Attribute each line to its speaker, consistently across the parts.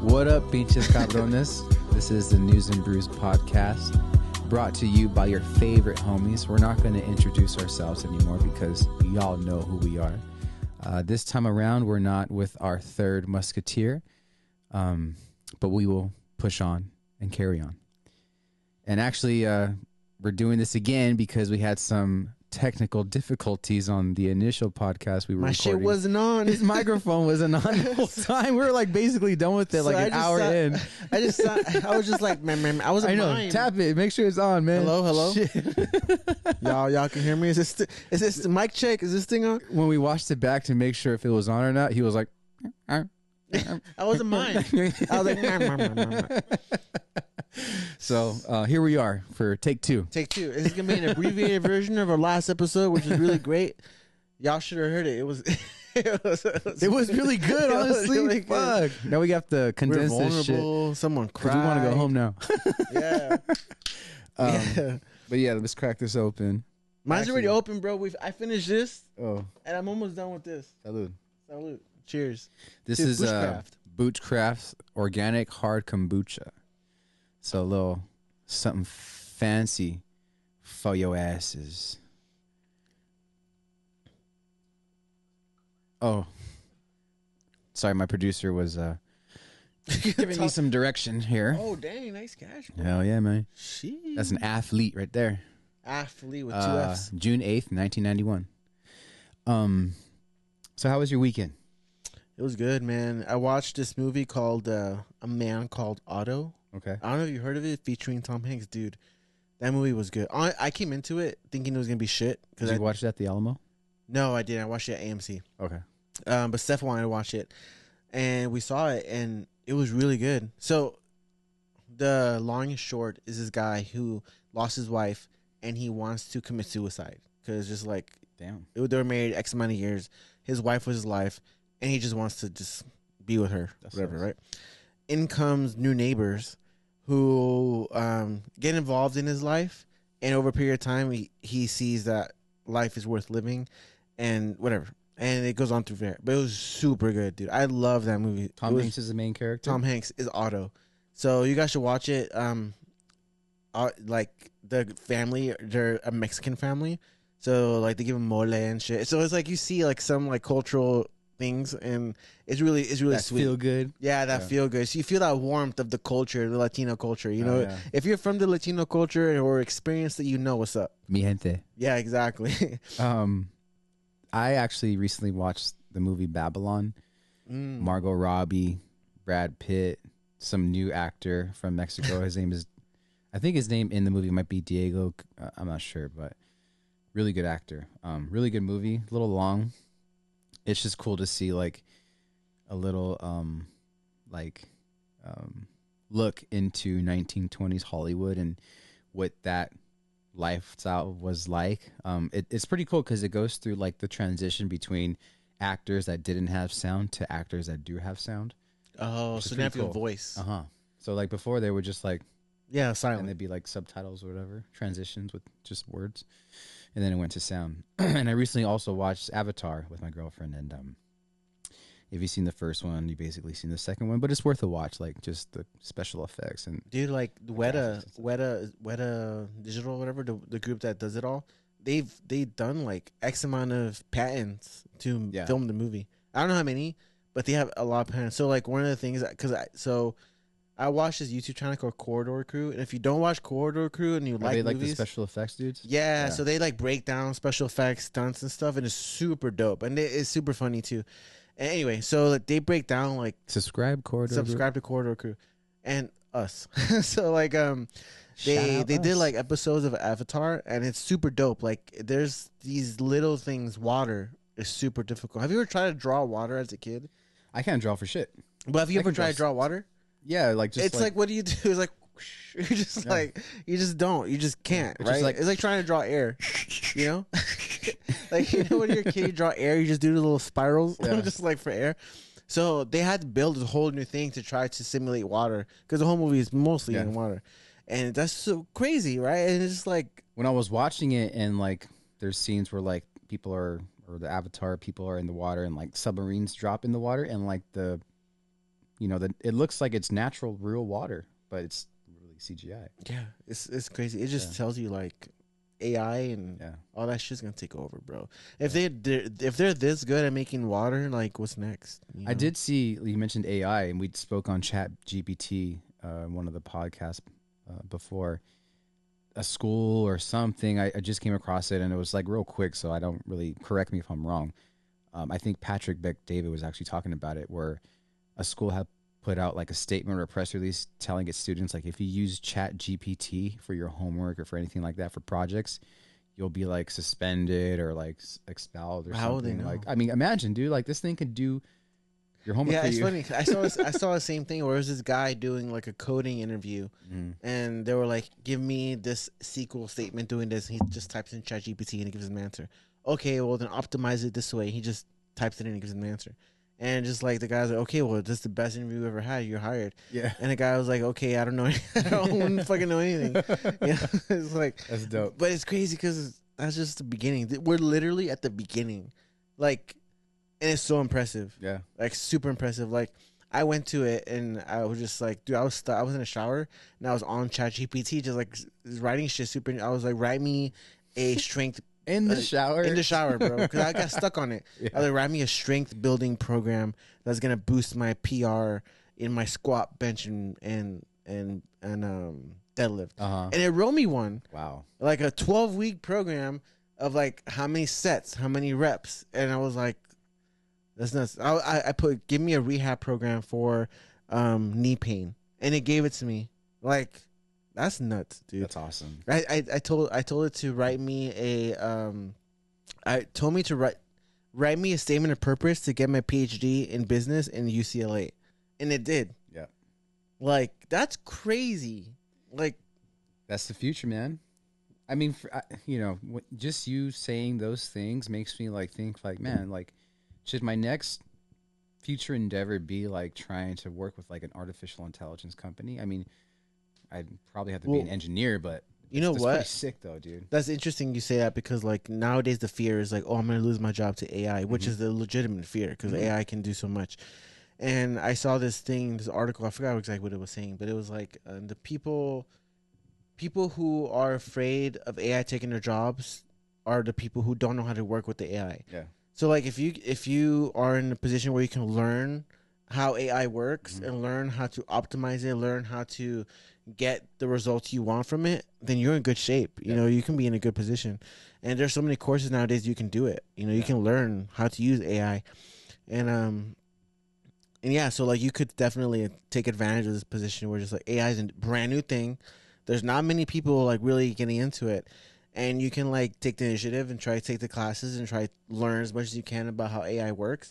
Speaker 1: What up, beaches cabrones? this is the News and Brews podcast brought to you by your favorite homies. We're not going to introduce ourselves anymore because y'all know who we are. Uh, this time around, we're not with our third musketeer, um, but we will push on and carry on. And actually, uh, we're doing this again because we had some technical difficulties on the initial podcast we were
Speaker 2: My
Speaker 1: recording.
Speaker 2: shit wasn't on.
Speaker 1: His microphone wasn't on the whole time. We were like basically done with it
Speaker 2: So
Speaker 1: like
Speaker 2: I
Speaker 1: an
Speaker 2: just
Speaker 1: hour
Speaker 2: thought-
Speaker 1: in.
Speaker 2: I just saw, I was just like, man, man, I was
Speaker 1: I know.
Speaker 2: mime.
Speaker 1: Tap it. Make sure it's on, man.
Speaker 2: Hello, hello?
Speaker 1: Shit.
Speaker 2: Y'all, y'all can hear me. Is this th- is this the mic check? Is this thing on?
Speaker 1: When we watched it back to make sure if it was on or not, he was like,
Speaker 2: I was a mime. I was like, meh, meh, meh, meh, meh.
Speaker 1: so uh, here we are for take two.
Speaker 2: take two. This is gonna be an abbreviated version of our last episode, which is really great. Y'all should have heard it. It was. It was,
Speaker 1: It was really good,
Speaker 2: It was
Speaker 1: honestly. uh,
Speaker 2: really good.
Speaker 1: Fuck. Now we have to
Speaker 2: We We're
Speaker 1: condense this shit
Speaker 2: vulnerable. Someone cried.
Speaker 1: because we want to go home now.
Speaker 2: Yeah.
Speaker 1: Um,
Speaker 2: yeah.
Speaker 1: But yeah, let's crack this open.
Speaker 2: Mine's already
Speaker 1: Actually-
Speaker 2: open, bro. We've I finished this,
Speaker 1: Oh,
Speaker 2: and I'm almost done with this.
Speaker 1: salud.
Speaker 2: Salute. Cheers.
Speaker 1: This
Speaker 2: Dude,
Speaker 1: is uh, Bootcraft's organic hard kombucha. So a little something fancy for your asses. Oh, sorry, my producer was uh, giving me some direction here.
Speaker 2: Oh dang, nice catch. bro.
Speaker 1: Hell yeah, man!
Speaker 2: Sheesh.
Speaker 1: That's an athlete right there.
Speaker 2: athlete with two
Speaker 1: Uh,
Speaker 2: F's.
Speaker 1: June eighth, nineteen ninety one. Um, so how was your weekend?
Speaker 2: It was good, man. I watched this movie called uh, A Man Called Otto.
Speaker 1: Okay.
Speaker 2: I don't know if you heard of it, featuring Tom Hanks, dude. That movie was good. I, I came into it thinking it was gonna be shit
Speaker 1: Did
Speaker 2: because
Speaker 1: you
Speaker 2: I
Speaker 1: watch that at the Alamo?
Speaker 2: no, I didn't. I watched it at AMC,
Speaker 1: Okay.
Speaker 2: um, but Steph wanted to watch it, and we saw it, and it was really good. So, the long and short is this guy who lost his wife, and he wants to commit suicide because just like
Speaker 1: Damn.
Speaker 2: it- they were married X amount of years. His wife was his life, and he just wants to just be with her,
Speaker 1: That
Speaker 2: whatever,
Speaker 1: sucks.
Speaker 2: right? In comes new neighbors who um, get involved in his life, and over a period of time, he, he sees that life is worth living, and whatever, and it goes on through there. But it was super good, dude. I love that movie. It
Speaker 1: Tom
Speaker 2: was-
Speaker 1: Hanks is the main character.
Speaker 2: Tom Hanks is Otto. So you guys should watch it. Um, uh, like the family, they're a Mexican family, so like they give him mole and shit. So it's like you see like some like cultural things, and it's really it's really
Speaker 1: That
Speaker 2: sweet.
Speaker 1: feel good.
Speaker 2: yeah, that
Speaker 1: yeah.
Speaker 2: feel good. So you feel that warmth of the culture, the Latino culture. You know,
Speaker 1: Oh, yeah.
Speaker 2: if you're from the Latino culture or experience that, you know what's up.
Speaker 1: Mi gente.
Speaker 2: Yeah, exactly.
Speaker 1: Um, I actually recently watched the movie Babylon.
Speaker 2: Mm.
Speaker 1: Margot Robbie, Brad Pitt, some new actor from Mexico. His name is, I think his name in the movie might be Diego. Uh, I'm not sure, but really good actor. Um, really good movie. A little long. It's just cool to see like a little um, like um, look into 1920s Hollywood and what that lifestyle was like. Um, it, it's pretty cool because it goes through like the transition between actors that didn't have sound to actors that do have sound.
Speaker 2: Oh,
Speaker 1: Which is
Speaker 2: so now you
Speaker 1: pretty
Speaker 2: have
Speaker 1: cool.
Speaker 2: voice.
Speaker 1: Uh huh. So like before they were just like
Speaker 2: Yeah,
Speaker 1: and
Speaker 2: silent.
Speaker 1: they'd be like subtitles or whatever transitions with just words, and then it went to sound. and I recently also watched Avatar with my girlfriend and um. If you've seen the first one, you basically seen the second one, but it's worth a watch. Like just the special effects and
Speaker 2: Dude, like Weta,
Speaker 1: it's-
Speaker 2: Weta, Weta Digital, whatever the, the group that does it all, they've they've done like X amount of patents to
Speaker 1: Yeah.
Speaker 2: film the movie. I don't know how many, but they have a lot of patents. So like one of the things, because I so I watched this YouTube channel called Corridor Crew, and if you don't watch Corridor Crew and you
Speaker 1: are
Speaker 2: like
Speaker 1: they like the
Speaker 2: movies,
Speaker 1: special effects dudes.
Speaker 2: yeah,
Speaker 1: Yeah.
Speaker 2: so they like break down special effects, stunts, and stuff, and it's super dope, and it- it's super funny too. And anyway, so like, they break down like
Speaker 1: Subscribe corridor. Group.
Speaker 2: subscribe to Corridor Crew and us. so like um
Speaker 1: Shout
Speaker 2: they
Speaker 1: out
Speaker 2: they did
Speaker 1: us.
Speaker 2: like episodes of Avatar and it's super dope. Like there's these little things water is super difficult. Have you ever tried to draw water as a kid?
Speaker 1: I can't draw for shit.
Speaker 2: But have you
Speaker 1: I
Speaker 2: ever
Speaker 1: can draw
Speaker 2: tried to draw water?
Speaker 1: Yeah, like just
Speaker 2: it's like, what do you do? It's like you just
Speaker 1: Yeah.
Speaker 2: like you just don't. You just can't,
Speaker 1: It's
Speaker 2: right?
Speaker 1: just like-
Speaker 2: it's like trying to draw air. You know? like you know when you're a kid you draw air, you just do the little spirals
Speaker 1: Yeah.
Speaker 2: just like for air. So they had to build a whole new thing to try to simulate water because the whole movie is mostly
Speaker 1: Yeah.
Speaker 2: in water. And that's so crazy, right? And it's just like
Speaker 1: when I was watching it and like there's scenes where like people are or the avatar people are in the water and like submarines drop in the water and like the you know, the, it looks like it's natural, real water, but it's really CGI.
Speaker 2: Yeah, it's it's crazy. It just
Speaker 1: Yeah.
Speaker 2: tells you like AI and
Speaker 1: Yeah.
Speaker 2: all that shit's gonna take over, bro. If they they're, if they're this good at making water, like what's next? you
Speaker 1: I
Speaker 2: know?
Speaker 1: did see you mentioned AI, and we spoke on Chat GPT uh, in one of the podcasts uh, before a school or something. I, I just came across it, and it was like real quick, so I don't really correct me if I'm wrong. Um, I think Patrick Beck David was actually talking about it, where a school had put out like a statement or a press release telling its students, like, if you use Chat GPT for your homework or for anything like that for projects, you'll be like suspended or like s- expelled or
Speaker 2: How would they
Speaker 1: something.
Speaker 2: know?
Speaker 1: Like, I mean, imagine, dude, like this thing could do your homework
Speaker 2: Yeah,
Speaker 1: for
Speaker 2: it's
Speaker 1: you.
Speaker 2: funny. I saw I saw the same thing where it was this guy doing like a coding interview,
Speaker 1: Mm.
Speaker 2: and they were like, "Give me this SQL statement doing this." And he just types in ChatGPT and it gives him an answer. Okay, well then optimize it this way. He just types it in and gives him an answer. And just like the guy's like, "Okay, well this is the best interview you ever had. You're hired."
Speaker 1: Yeah.
Speaker 2: And the guy was like, "Okay, I don't know. I don't fucking know anything." Yeah, it's like
Speaker 1: That's dope.
Speaker 2: But it's crazy because that's just the beginning. Th- We're literally at the beginning, like, and it's so impressive,
Speaker 1: Yeah.
Speaker 2: like super impressive. Like I went to it and I was just like, dude, I was stu- I was in a shower and I was on ChatGPT just like s- writing shit super. I was like, write me a strength
Speaker 1: In the
Speaker 2: Uh,
Speaker 1: shower.
Speaker 2: in the shower, bro, because I got stuck on it.
Speaker 1: Yeah.
Speaker 2: I was like, write me a strength building program that's gonna boost my PR in my squat, bench, and and and and um deadlift.
Speaker 1: Uh huh.
Speaker 2: And it wrote me one
Speaker 1: Wow.
Speaker 2: like a 12 week program of like how many sets, how many reps. And I was like, that's nuts. I, I, I put, give me a rehab program for um, knee pain. And it gave it to me. Like, that's nuts, dude.
Speaker 1: That's awesome.
Speaker 2: I, I, I told I told it to write me a um, I told me to write write me a statement of purpose to get my PhD in business in UCLA, and it did.
Speaker 1: Yeah.
Speaker 2: Like that's crazy. Like
Speaker 1: That's the future, man. I mean, for, I, you know, wh- just you saying those things makes me like think, like, man, like, should my next future endeavor be like trying to work with like an artificial intelligence company? I mean, I'd probably have to be an
Speaker 2: Well,
Speaker 1: engineer, but
Speaker 2: you know
Speaker 1: that's
Speaker 2: what?
Speaker 1: pretty sick though, dude.
Speaker 2: That's interesting you say that because like nowadays the fear is like, oh, I'm gonna lose my job to AI, which is the legitimate fear because
Speaker 1: Mhm.
Speaker 2: AI can do so much. And I saw this thing, this article. I forgot exactly what it was saying, but it was like uh, the people, people who are afraid of AI taking their jobs, are the people who don't know how to work with the AI.
Speaker 1: Yeah.
Speaker 2: So like if you if you are in a position where you can learn how AI works
Speaker 1: Mhm.
Speaker 2: and learn how to optimize it, learn how to get the results you want from it, then you're in good shape. You
Speaker 1: Yeah.
Speaker 2: know, you can be in a good position. And there's so many courses nowadays you can do it. You know, you
Speaker 1: Yeah.
Speaker 2: can learn how to use AI. And um and yeah, so like you could definitely take advantage of this position where just like AI is a brand new thing. There's not many people like really getting into it. And you can like take the initiative and try to take the classes and try to learn as much as you can about how AI works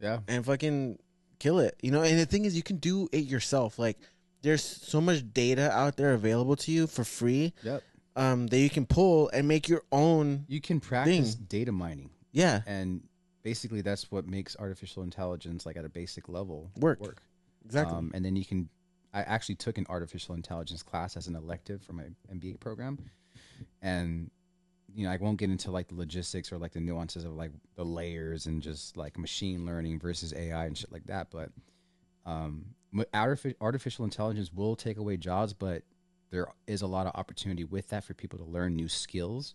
Speaker 1: Yeah.
Speaker 2: and fucking kill it. You know, and the thing is, you can do it yourself. Like, there's so much data out there available to you for free
Speaker 1: Yep.
Speaker 2: um, that you can pull and make your own.
Speaker 1: You can practice data mining.
Speaker 2: Yeah,
Speaker 1: and basically that's what makes artificial intelligence like at a basic level
Speaker 2: Work.
Speaker 1: work
Speaker 2: exactly.
Speaker 1: um, and then you can i actually took an artificial intelligence class as an elective for my mba program and you know i won't get into like the logistics or like the nuances of like the layers and just like machine learning versus ai and shit like that but um m- artifi- artificial intelligence will take away jobs but there is a lot of opportunity with that for people to learn new skills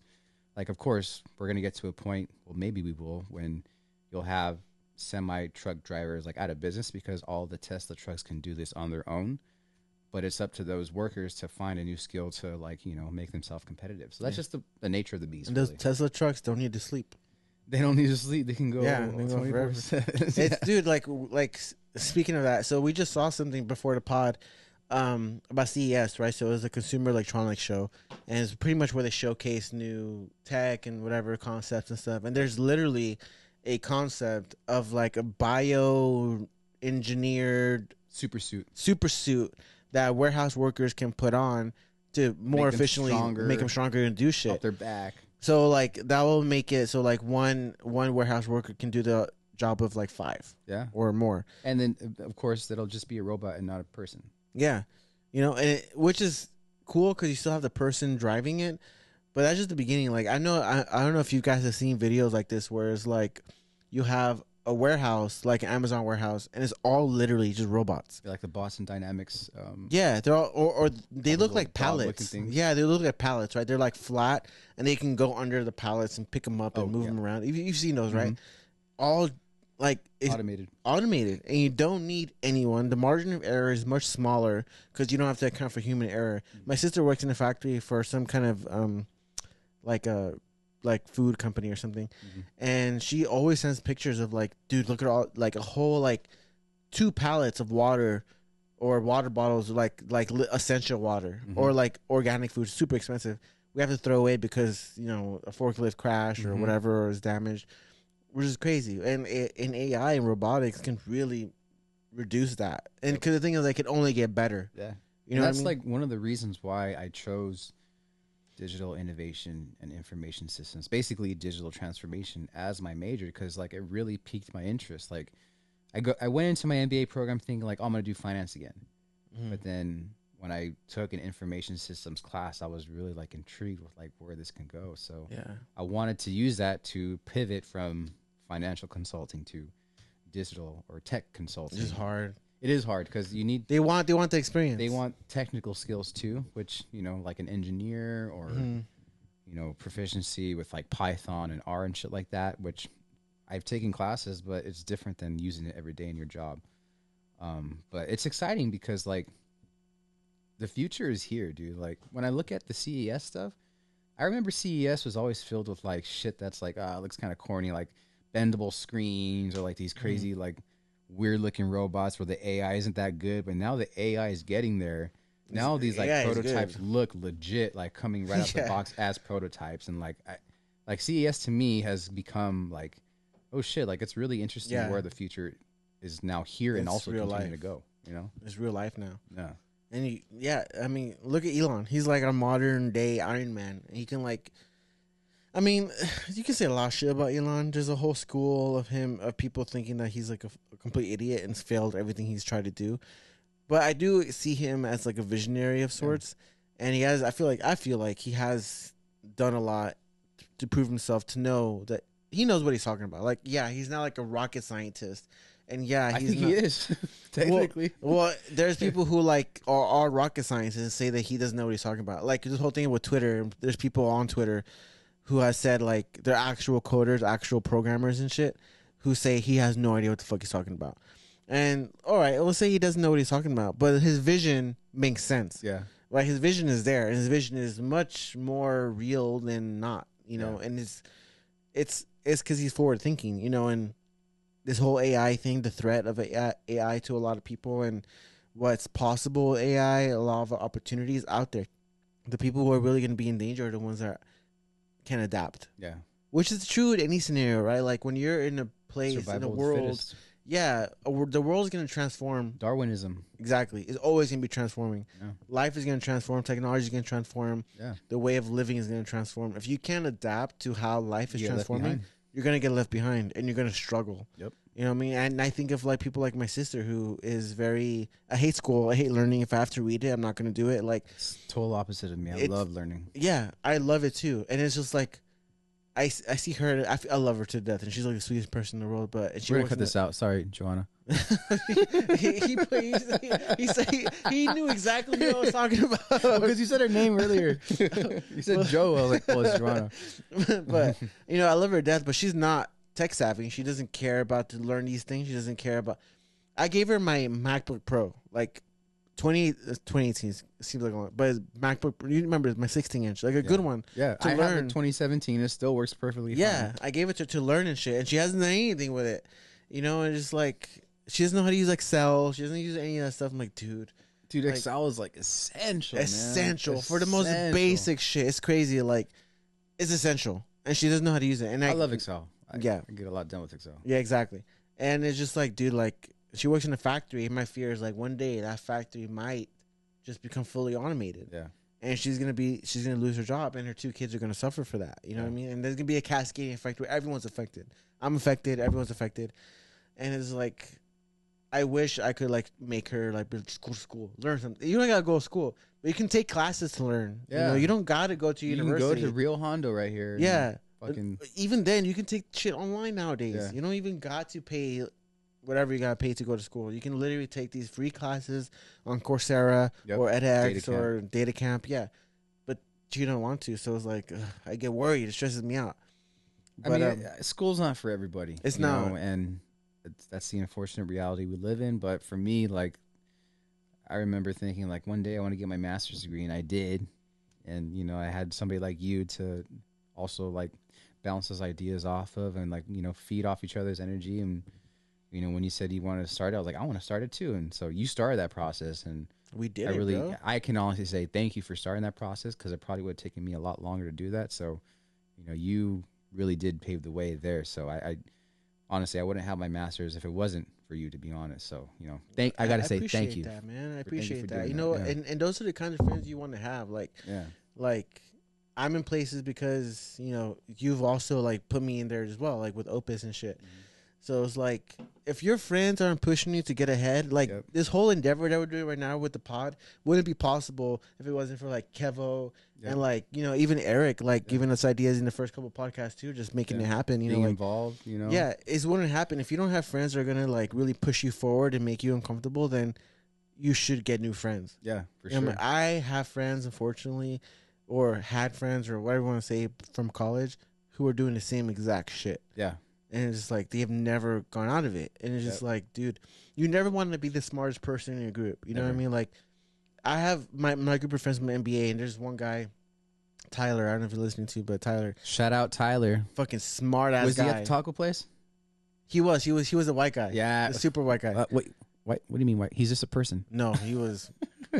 Speaker 1: like of course we're going to get to a point well maybe we will when you'll have semi truck drivers like out of business because all the tesla trucks can do this on their own but it's up to those workers to find a new skill to like you know make themselves competitive so that's
Speaker 2: Yeah.
Speaker 1: just the, the nature of the beast
Speaker 2: and those
Speaker 1: really.
Speaker 2: Tesla trucks don't need to sleep.
Speaker 1: they don't need to sleep they can go
Speaker 2: Yeah, they go forever.
Speaker 1: 24/7.
Speaker 2: It's dude, like, like s- speaking of that, so we just saw something before the pod um, about CES, right? So it was a consumer electronics show, and it's pretty much where they showcase new tech and whatever concepts and stuff. And there's literally a concept of like a bio engineered
Speaker 1: super suit
Speaker 2: super suit that warehouse workers can put on to more
Speaker 1: Make them
Speaker 2: efficiently
Speaker 1: stronger.
Speaker 2: make them stronger and do
Speaker 1: up
Speaker 2: shit.
Speaker 1: their back
Speaker 2: So like that will make it so like one one warehouse worker can do the job of like five
Speaker 1: yeah
Speaker 2: or more.
Speaker 1: and then of course that'll just be a robot and not a person
Speaker 2: Yeah, you know, and it, which is cool because you still have the person driving it, but that's just the beginning. Like I know, I, I don't know if you guys have seen videos like this where it's like you have a warehouse, like an Amazon warehouse, and it's all literally just robots.
Speaker 1: Like the Boston Dynamics. Um,
Speaker 2: Yeah, they're all or, or they
Speaker 1: All the
Speaker 2: look like
Speaker 1: little dog-looking
Speaker 2: pallets.
Speaker 1: things.
Speaker 2: Yeah, they look like pallets, right? They're like flat, and they can go under the pallets and pick them up
Speaker 1: Oh,
Speaker 2: and move
Speaker 1: yeah. Mm-hmm.
Speaker 2: them around. You've, you've seen those, right? All like it's
Speaker 1: automated.
Speaker 2: automated, and you don't need anyone. The margin of error is much smaller because you don't have to account for human error. My sister works in a factory for some kind of um, like a like food company or something,
Speaker 1: Mhm.
Speaker 2: and she always sends pictures of like, dude, look at all like a whole like two pallets of water or water bottles like like li- essential water
Speaker 1: Mhm.
Speaker 2: or like organic food, super expensive. We have to throw away because you know a forklift crash or
Speaker 1: Mhm.
Speaker 2: whatever is damaged, which is crazy. And a- and AI and robotics can really reduce that. And because the thing is, they can only get better.
Speaker 1: Yeah.
Speaker 2: You know,
Speaker 1: that's
Speaker 2: what I mean?
Speaker 1: like one of the reasons why I chose digital innovation and information systems, basically digital transformation as my major because like it really piqued my interest. Like I go I went into my MBA program thinking like oh, I'm going to do finance again.
Speaker 2: Mhm.
Speaker 1: But then when I took an information systems class, I was really like intrigued with like where this can go. So
Speaker 2: yeah,
Speaker 1: I wanted to use that to pivot from financial consulting to digital or tech
Speaker 2: it's
Speaker 1: consulting.
Speaker 2: just hard.
Speaker 1: It is hard because you need
Speaker 2: They want they want the experience.
Speaker 1: Mm-hmm. they want technical skills too, which you know, like an engineer or
Speaker 2: Mhm.
Speaker 1: you know, proficiency with like Python and R and shit like that. Which I've taken classes, but it's different than using it every day in your job. Um, but it's exciting because like the future is here, dude. Like when I look at the CES stuff, I remember CES was always filled with like shit that's like ah, it looks kind of corny, like bendable screens or like
Speaker 2: Mm-hmm.
Speaker 1: these crazy like weird looking robots where the AI isn't that good. But now the AI is getting there. Now these like
Speaker 2: AI is good.
Speaker 1: prototypes look legit, like coming right out the
Speaker 2: Yeah.
Speaker 1: box as prototypes, and like I, like CES to me has become like oh shit, like it's really interesting
Speaker 2: Yeah.
Speaker 1: where the future is now here and
Speaker 2: It's
Speaker 1: also
Speaker 2: real
Speaker 1: continuing to
Speaker 2: life.
Speaker 1: go. You know,
Speaker 2: It's real life now.
Speaker 1: yeah.
Speaker 2: And he, yeah, I mean, look at Elon. He's like a modern day Iron Man. He can like, I mean, you can say a lot of shit about Elon. There's a whole school of him of people thinking that he's like a, f- a complete idiot and's failed everything he's tried to do. But I do see him as like a visionary of sorts, and he has. I feel like I feel like he has done a lot to prove himself to know that he knows what he's talking about. Like, yeah, he's not like a rocket scientist, and yeah, he's
Speaker 1: I think
Speaker 2: not,
Speaker 1: he is technically.
Speaker 2: well, there's people who like are, are rocket scientists and say that he doesn't know what he's talking about. Like this whole thing with Twitter. There's people on Twitter who has said like they're actual coders, actual programmers and shit, who say he has no idea what the fuck he's talking about. And all right, let's say he doesn't know what he's talking about, but his vision makes sense.
Speaker 1: yeah,
Speaker 2: Like his vision is there, and his vision is much more real than not. You know, and it's it's it's because he's forward thinking. You know, and this whole AI thing, the threat of AI, AI to a lot of people and what's possible AI, a lot of opportunities out there. The people who are really going to be in danger are the ones that can adapt,
Speaker 1: yeah.
Speaker 2: which is true in any scenario, right? Like when you're in a place in a
Speaker 1: of the
Speaker 2: world,
Speaker 1: fittest.
Speaker 2: yeah, a wor- the world's going to transform.
Speaker 1: Darwinism.
Speaker 2: Exactly, it's always going to be transforming.
Speaker 1: Yeah.
Speaker 2: Life is going to transform. Technology is going to transform.
Speaker 1: Yeah,
Speaker 2: The way of living is going to transform. If you can't adapt to how life is
Speaker 1: You get left
Speaker 2: transforming,
Speaker 1: behind.
Speaker 2: you're gonna get left behind and you're gonna struggle.
Speaker 1: Yep.
Speaker 2: You know what I mean? And I think of like people like my sister who is very I hate school, I hate learning. If I have to read it, I'm not gonna do it. Like
Speaker 1: It's total opposite of me. I
Speaker 2: It's-
Speaker 1: love learning.
Speaker 2: yeah, I love it too. And it's just like I, s- I see her I, f- I love her to death and she's like the sweetest person in the world but and she
Speaker 1: We're gonna
Speaker 2: works
Speaker 1: cut
Speaker 2: in
Speaker 1: this out. Sorry, Joanna.
Speaker 2: the- he, he, plays- he, he, said- he, he knew exactly what I was talking about
Speaker 1: you said her name earlier. you said Joe. I was like, well, it's Joanna.
Speaker 2: but you know, I love her to death, but she's not tech savvy. She doesn't care about to learn these things. She doesn't care about. I gave her my MacBook Pro, like 20, uh, 2018 seems like a lot, but it's MacBook. You remember it's my sixteen inch, like a good one.
Speaker 1: Yeah,
Speaker 2: To
Speaker 1: I have a
Speaker 2: learn.
Speaker 1: 2017. It still works perfectly. fine.
Speaker 2: Yeah, I gave it to to learn and shit, and she hasn't done anything with it. You know, and just like she doesn't know how to use Excel. She doesn't use any of that stuff. I'm like, dude,
Speaker 1: dude,
Speaker 2: Like-
Speaker 1: Excel is like essential. man.
Speaker 2: essential for the most
Speaker 1: Essential.
Speaker 2: basic shit. It's crazy. Like, it's essential, and she doesn't know how to use it. And I,
Speaker 1: I love Excel. I,
Speaker 2: Yeah.
Speaker 1: I get a lot done with Excel.
Speaker 2: Yeah, exactly. And it's just like, dude, like she works in a factory. My fear is like one day that factory might just become fully automated,
Speaker 1: Yeah,
Speaker 2: and she's gonna be she's gonna lose her job, and her two kids are gonna suffer for that. You know what I
Speaker 1: Yeah.
Speaker 2: mean? And there's gonna be a cascading effect where everyone's affected. I'm affected. Everyone's affected, and it's like. I wish I could like make her like be like, just go to school, learn something. You don't gotta go to school, but you can take classes to learn. You
Speaker 1: Yeah.
Speaker 2: know, you don't gotta go to
Speaker 1: you
Speaker 2: university.
Speaker 1: can go to Real Hondo right here. and
Speaker 2: yeah,
Speaker 1: fucking
Speaker 2: even then you can take shit online nowadays.
Speaker 1: Yeah.
Speaker 2: You don't even got to pay whatever you gotta pay to go to school. You can literally take these free classes on Coursera
Speaker 1: Yep.
Speaker 2: or edX
Speaker 1: Datacamp.
Speaker 2: or DataCamp. Yeah, but you don't want to, so it's like ugh, I get worried. It stresses me out.
Speaker 1: I
Speaker 2: But,
Speaker 1: mean,
Speaker 2: um,
Speaker 1: uh, school's not for everybody.
Speaker 2: It's
Speaker 1: you know,
Speaker 2: not.
Speaker 1: and it's, that's the unfortunate reality we live in. But for me, like, I remember thinking, like, one day I want to get my master's degree, and I did. And you know, I had somebody like you to also like bounce those ideas off of, and like you know, feed off each other's energy. And you know, when you said you wanted to start, it, I was like, I want to start it too. And so you started that process, and
Speaker 2: we did.
Speaker 1: I
Speaker 2: it,
Speaker 1: really,
Speaker 2: bro.
Speaker 1: I can honestly say thank you for starting that process because it probably would have taken me a lot longer to do that. So, you know, you really did pave the way there. So I, I honestly, I wouldn't have my master's if it wasn't for you, to be honest. So, you know, thank, I got to say thank
Speaker 2: appreciate
Speaker 1: you.
Speaker 2: that, man. I
Speaker 1: for- thank you
Speaker 2: appreciate
Speaker 1: for
Speaker 2: that.
Speaker 1: doing
Speaker 2: You
Speaker 1: that,
Speaker 2: know,
Speaker 1: yeah.
Speaker 2: and and those are the kinds of friends you want to have. Like
Speaker 1: Yeah.
Speaker 2: like I'm in places because you know you've also like put me in there as well, like with Opus and shit.
Speaker 1: Mm-hmm.
Speaker 2: So it's like if your friends aren't pushing you to get ahead, like
Speaker 1: Yep.
Speaker 2: this whole endeavor that we're doing right now with the pod wouldn't be possible if it wasn't for like Kevo
Speaker 1: Yeah.
Speaker 2: and like you know even Eric like giving us ideas in the first couple podcasts too, just making
Speaker 1: Yeah.
Speaker 2: it happen. You
Speaker 1: Being
Speaker 2: know, like
Speaker 1: involved, you know?
Speaker 2: yeah, it wouldn't happen if you don't have friends that are gonna like really push you forward and make you uncomfortable. Then you should get new friends.
Speaker 1: Yeah, for
Speaker 2: I,
Speaker 1: sure.
Speaker 2: mean, I have friends, unfortunately, or had friends, or whatever you want to say from college, who are doing the same exact shit.
Speaker 1: yeah.
Speaker 2: And it's just like they have never gone out of it. And it's just like, dude, you never want to be the smartest person in your group. You know what I
Speaker 1: Never.
Speaker 2: mean? Like, I have my, my group of friends from MBA, and there's one guy, Tyler. I don't know if you're listening to, but Tyler,
Speaker 1: Shout out Tyler.
Speaker 2: fucking smart ass
Speaker 1: Was
Speaker 2: guy.
Speaker 1: he at the taco place?
Speaker 2: He was, he was, he was a white guy.
Speaker 1: Yeah.
Speaker 2: a super white guy.
Speaker 1: Uh, wait, white? What do you mean white? He's just a person.
Speaker 2: no, he was.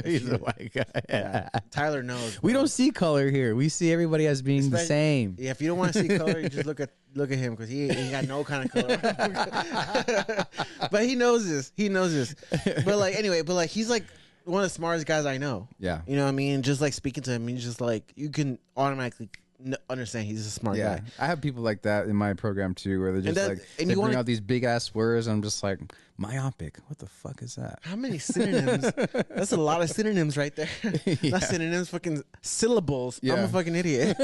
Speaker 1: He's a white guy.
Speaker 2: Yeah. Tyler knows.
Speaker 1: We
Speaker 2: bro.
Speaker 1: don't see color here. We see everybody as being the
Speaker 2: Especially-
Speaker 1: same.
Speaker 2: Yeah, if you don't want to see color, you just look at look at him because he ain't got no kind of color. but he knows this. He knows this. But like anyway, but like he's like one of the smartest guys I know.
Speaker 1: Yeah.
Speaker 2: You know what I mean? Just like speaking to him, he's just like you can automatically n- understand he's a smart
Speaker 1: Yeah,
Speaker 2: guy.
Speaker 1: I have people like that in my program too, where they're just
Speaker 2: that-
Speaker 1: like
Speaker 2: and
Speaker 1: they bring
Speaker 2: you wanna-
Speaker 1: out these big ass words, and I'm just like myopic. What the fuck is that?
Speaker 2: How many synonyms? That's a lot of synonyms right there.
Speaker 1: Yeah.
Speaker 2: Not synonyms, fucking syllables. I'm
Speaker 1: Yeah.
Speaker 2: a fucking idiot.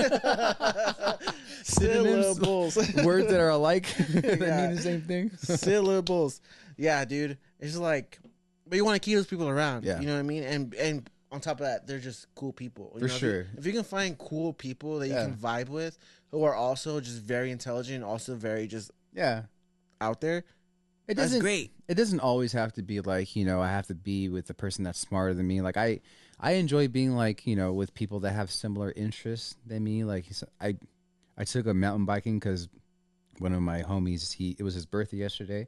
Speaker 1: Synonyms?
Speaker 2: syllables.
Speaker 1: Words that are alike that
Speaker 2: Yeah.
Speaker 1: mean the same thing.
Speaker 2: syllables. Yeah, dude. It's just like, but you want to keep those people around.
Speaker 1: Yeah.
Speaker 2: You know what I mean? And and on top of that, they're just cool people.
Speaker 1: For
Speaker 2: You know, if you-
Speaker 1: sure.
Speaker 2: If you, can find cool people that
Speaker 1: Yeah.
Speaker 2: you can vibe with, who are also just very intelligent, also very just
Speaker 1: yeah,
Speaker 2: out there,
Speaker 1: it
Speaker 2: that's
Speaker 1: doesn't.
Speaker 2: great.
Speaker 1: It doesn't always have to be like you know I have to be with the person that's smarter than me. Like I, I enjoy being like you know with people that have similar interests than me. Like so- I, I took a mountain biking because one of my homies he it was his birthday yesterday.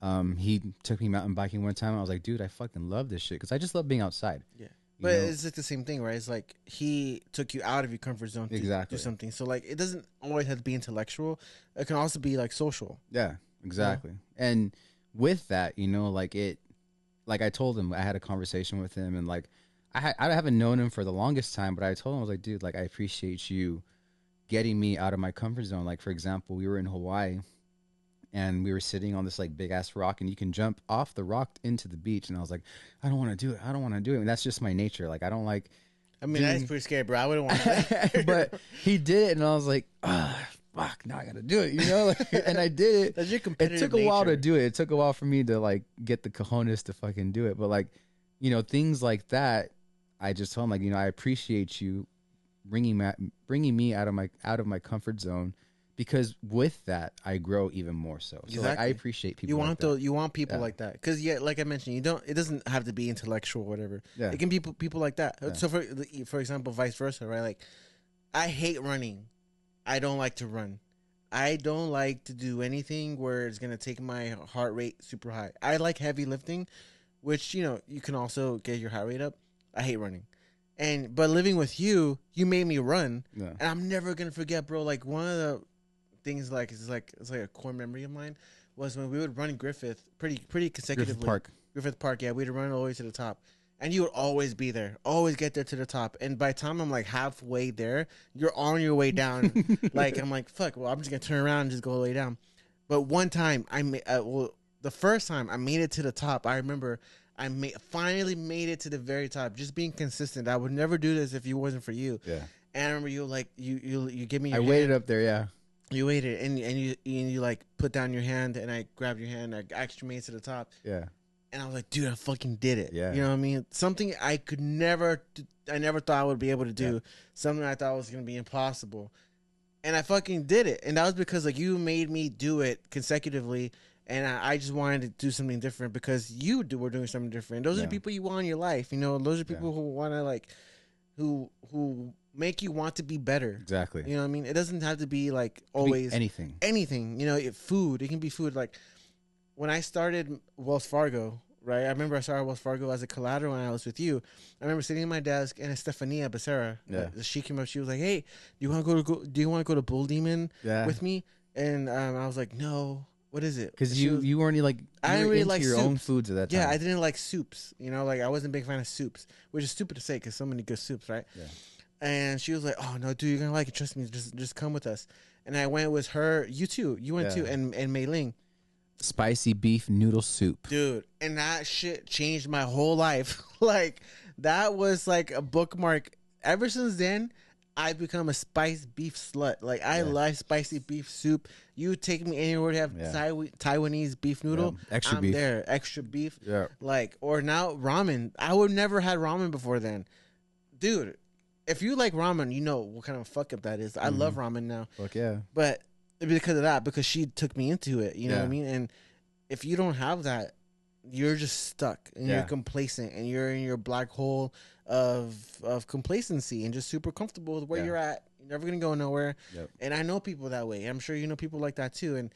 Speaker 1: Um, he took me mountain biking one time. I was like, dude, I fucking love this shit because I just love being outside.
Speaker 2: Yeah.
Speaker 1: You
Speaker 2: But
Speaker 1: know?
Speaker 2: it's like the same thing, right? It's like he took you out of your comfort zone to
Speaker 1: Exactly.
Speaker 2: do something. So like, it doesn't always have to be intellectual. It can also be like social.
Speaker 1: Yeah, exactly. And with that, you know, like it, like I told him, I had a conversation with him, and like I, ha- I haven't known him for the longest time, but I told him, I was like, dude, like I appreciate you getting me out of my comfort zone. Like for example, we were in Hawaii, and we were sitting on this like big ass rock, and you can jump off the rock into the beach, and I was like, I don't want to do it, I don't want to do it, and that's just my nature. Like I don't like
Speaker 2: I mean, that's
Speaker 1: Dude.
Speaker 2: pretty scary, bro. I wouldn't want that.
Speaker 1: but he did it, and I was like, ah, fuck, now I gotta do it, you know? Like, and I did it.
Speaker 2: That's your
Speaker 1: It
Speaker 2: competitive
Speaker 1: took a while to
Speaker 2: nature.
Speaker 1: do it. It took a while for me to like get the cojones to fucking do it. But like, you know, things like that, I just told him like, you know, I appreciate you bringing my bringing me out of my out of my comfort zone because with that I grow even more so. So like, I
Speaker 2: Exactly.
Speaker 1: appreciate people.
Speaker 2: you
Speaker 1: like
Speaker 2: want
Speaker 1: that.
Speaker 2: those, you want people
Speaker 1: Yeah.
Speaker 2: like that because yeah like i mentioned you don't it doesn't have to be intellectual or whatever
Speaker 1: Yeah.
Speaker 2: it can be p- people like that so for e, for example vice versa right like i hate running i don't like to run i don't like to do anything where it's going to take my heart rate super high i like heavy lifting which you know you can also get your heart rate up i hate running and but living with you you made me run
Speaker 1: Yeah.
Speaker 2: and I'm never gonna forget, bro. Like one of the things, like it's like it's like a core memory of mine was when we would run Griffith pretty pretty consecutively.
Speaker 1: Griffith Park.
Speaker 2: Griffith Park, yeah, we'd run all the way to the top, and you would always be there, always get there to the top. And by the time I'm like halfway there, you're on your way down. like I'm like, fuck. Well, I'm just gonna turn around and just go all the way down. But one time, I ma- uh, well, the first time I made it to the top, I remember. I ma- finally made it to the very top. Just being consistent. I would never do this if it wasn't for you
Speaker 1: Yeah.
Speaker 2: And I remember you like you you you give me. Your
Speaker 1: I
Speaker 2: hand.
Speaker 1: waited up there. Yeah.
Speaker 2: You waited, and and you and you like put down your hand, and I grabbed your hand. I actually made it to the top,
Speaker 1: Yeah.
Speaker 2: and I was like, dude, I fucking did it.
Speaker 1: Yeah.
Speaker 2: You know what I mean? Something I could never, d- I never thought I would be able to do. Something I thought was going to be impossible. And I fucking did it. And that was because like you made me do it consecutively. And I, I just wanted to do something different because you do, were doing something different. Those are
Speaker 1: Yeah.
Speaker 2: the people you want in your life. You know, those are
Speaker 1: Yeah.
Speaker 2: people who want to like, who, who make you want to be better.
Speaker 1: Exactly.
Speaker 2: You know what I mean? It doesn't have to be like
Speaker 1: Could be
Speaker 2: always
Speaker 1: anything.
Speaker 2: anything. You know, it, food. It can be food. Like when I started Wells Fargo, right? I remember I started Wells Fargo as a collateral when I was with you. I remember sitting at my desk and Estefania Becerra,
Speaker 1: Yeah.
Speaker 2: uh, she came up. She was like, "Hey, do you want to go to go, do you want to go to Bull Demon
Speaker 1: Yeah.
Speaker 2: with me?" And um, I was like, "No, what is it?"
Speaker 1: Because
Speaker 2: She
Speaker 1: you
Speaker 2: was-
Speaker 1: you weren't like you
Speaker 2: I didn't
Speaker 1: were
Speaker 2: really
Speaker 1: into
Speaker 2: like
Speaker 1: your own
Speaker 2: soups.
Speaker 1: foods at that time.
Speaker 2: yeah, I didn't like soups. You know, like I wasn't a big fan of soups, which is stupid to say because so many good soups, right?
Speaker 1: Yeah.
Speaker 2: And she was like, "Oh no, dude, you're gonna like it. Trust me. Just just come with us." And I went with her. You too. You went
Speaker 1: Yeah.
Speaker 2: too. And and Mei Ling.
Speaker 1: spicy beef noodle soup.
Speaker 2: dude and that shit changed my whole life like that was like a bookmark ever since then i've become a spiced beef slut like i
Speaker 1: Yeah.
Speaker 2: love spicy beef soup you take me anywhere to have
Speaker 1: Yeah.
Speaker 2: Taiw- taiwanese beef noodle
Speaker 1: Yeah. Extra
Speaker 2: i'm
Speaker 1: beef.
Speaker 2: there extra beef
Speaker 1: Yeah.
Speaker 2: like or now ramen i would never had ramen before then dude if you like ramen you know what kind of fuck up that is i love
Speaker 1: Mm-hmm.
Speaker 2: ramen now
Speaker 1: Fuck yeah.
Speaker 2: but because of that, because she took me into it, you know what I
Speaker 1: Yeah.
Speaker 2: mean. And if you don't have that, you're just stuck and
Speaker 1: Yeah.
Speaker 2: you're complacent and you're in your black hole of of complacency and just super comfortable with where
Speaker 1: Yeah.
Speaker 2: you're at. You're never gonna go nowhere.
Speaker 1: Yep.
Speaker 2: And I know people that way. I'm sure you know people like that too. And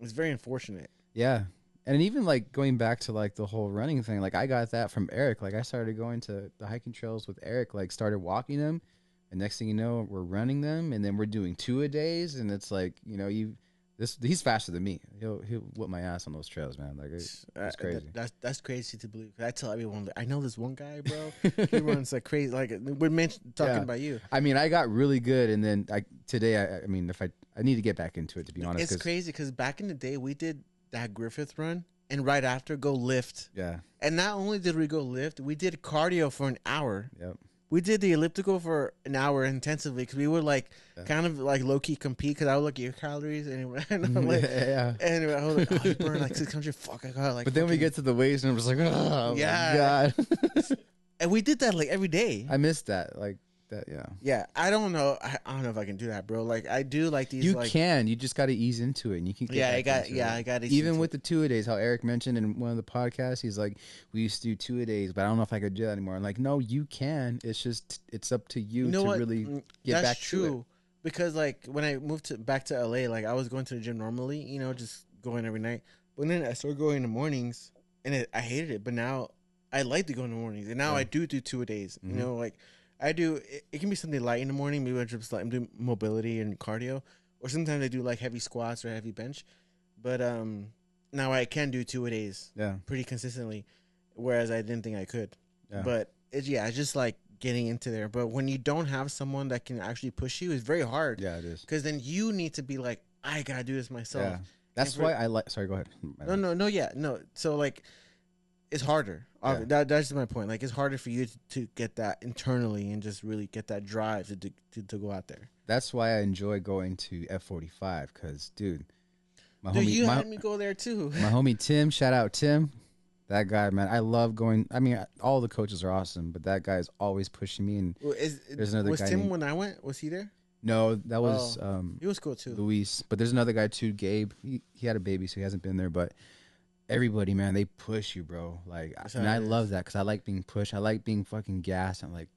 Speaker 2: it's very unfortunate.
Speaker 1: Yeah. And even like going back to like the whole running thing, like I got that from Eric. Like I started going to the hiking trails with Eric, like started walking them. And next thing you know, we're running them and then we're doing two a days. And it's like, you know, you, this, he's faster than me. He'll, he'll whip my ass on those trails, man. Like, it-
Speaker 2: Uh, that-
Speaker 1: crazy.
Speaker 2: that's that's crazy to believe. I tell everyone, like, I know this one guy, bro. he runs like crazy. Like we're men- talking
Speaker 1: Yeah.
Speaker 2: about you.
Speaker 1: I mean, I got really good. And then I, today, I, I mean, if I, I need to get back into it, to be honest.
Speaker 2: It's
Speaker 1: 'cause-
Speaker 2: crazy because back in the day we did that Griffith run, and right after go lift.
Speaker 1: Yeah.
Speaker 2: And not only did we go lift, we did cardio for an hour.
Speaker 1: Yep.
Speaker 2: We did the elliptical for an hour intensively because we would like
Speaker 1: Yeah.
Speaker 2: kind of like low key compete because I would look at your calories and, and I'm like,
Speaker 1: yeah.
Speaker 2: and I was like, oh, you burned like 600. Fuck, I got like.
Speaker 1: But then we
Speaker 2: fucking-
Speaker 1: get to the waist and I'm just like, oh,
Speaker 2: Yeah.
Speaker 1: my God.
Speaker 2: and we did that like every day.
Speaker 1: I missed that. Like, that, yeah.
Speaker 2: yeah, I don't know. I, I don't know if I can do that, bro. Like I do like these.
Speaker 1: You
Speaker 2: like,
Speaker 1: can. You just got to ease into it, and you can. Get
Speaker 2: Yeah, I
Speaker 1: back
Speaker 2: got.
Speaker 1: into
Speaker 2: Yeah,
Speaker 1: it.
Speaker 2: I got.
Speaker 1: Even with the two a days, how Eric mentioned in one of the podcasts, he's like, "We used to do two a days, but I don't know if I could do that anymore." I'm like, "No, you can. It's just it's up to you, to really."
Speaker 2: Mm,
Speaker 1: get
Speaker 2: That's
Speaker 1: back to
Speaker 2: true.
Speaker 1: it.
Speaker 2: Because like when I moved to back to LA, like I was going to the gym normally, you know, just going every night. But then I started going in the mornings, and it, I hated it. But now I like to go in the mornings, and now
Speaker 1: Yeah.
Speaker 2: I do do two a days.
Speaker 1: Mhm.
Speaker 2: You know, like I do. It, it can be something light in the morning. Maybe I just like I'm doing mobility and cardio, or sometimes I do like heavy squats or heavy bench. But um, now I can do two a days
Speaker 1: Yeah,
Speaker 2: pretty consistently, whereas I didn't think I could.
Speaker 1: Yeah.
Speaker 2: But it's yeah, it's just like getting into there. But when you don't have someone that can actually push you, it's very hard.
Speaker 1: yeah, it is.
Speaker 2: Because then you need to be like, I gotta do this myself.
Speaker 1: yeah, that's
Speaker 2: if we-
Speaker 1: why I like. Sorry, go ahead. My
Speaker 2: No,
Speaker 1: bad.
Speaker 2: no, no. Yeah, no. So like, it's harder. Ob-
Speaker 1: Yeah.
Speaker 2: That, that's my point. Like, it's harder for you to, to get that internally and just really get that drive to do- to, to go out there.
Speaker 1: That's why I enjoy going to F45 because, dude, my
Speaker 2: Dude,
Speaker 1: homie,
Speaker 2: you
Speaker 1: my,
Speaker 2: had me go there too.
Speaker 1: my homie Tim. Shout out Tim. That guy, man. I love going. I mean, all the coaches are awesome, but that guy is always pushing me. And
Speaker 2: Well, Is,
Speaker 1: There's another
Speaker 2: was
Speaker 1: guy
Speaker 2: Tim
Speaker 1: named-
Speaker 2: when I went? Was he there?
Speaker 1: no, that was um,
Speaker 2: He was cool too.
Speaker 1: Luis, but there's another guy too, Gabe. He, he had a baby, so he hasn't been there. But everybody, man, they push you, bro. Like,
Speaker 2: That's how
Speaker 1: and I
Speaker 2: it is.
Speaker 1: love that because I like being pushed. I like being fucking gassed. I'm like,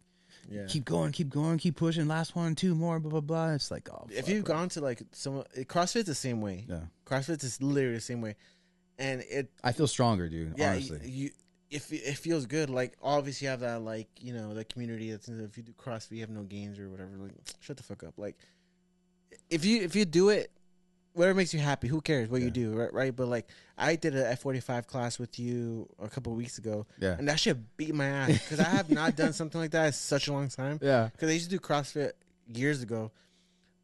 Speaker 2: Yeah.
Speaker 1: keep going, keep going, keep pushing. Last one, two more, blah blah blah. It's like, oh,
Speaker 2: if
Speaker 1: fuck,
Speaker 2: you've
Speaker 1: bro.
Speaker 2: gone to like some eh, CrossFit's the same way.
Speaker 1: yeah,
Speaker 2: CrossFit's is literally the same way, and it
Speaker 1: I feel stronger, dude.
Speaker 2: yeah
Speaker 1: honestly,
Speaker 2: you if it feels good like obviously you have that like you know the community that's if you do CrossFit you have no gains or whatever like shut the fuck up like if you if you do it whatever makes you happy who cares what
Speaker 1: Yeah.
Speaker 2: you do right right but like I did a F forty five class with you a couple weeks ago
Speaker 1: yeah,
Speaker 2: and that shit beat my ass because I have not done something like that in such a long time
Speaker 1: yeah,
Speaker 2: because I used to do CrossFit years ago,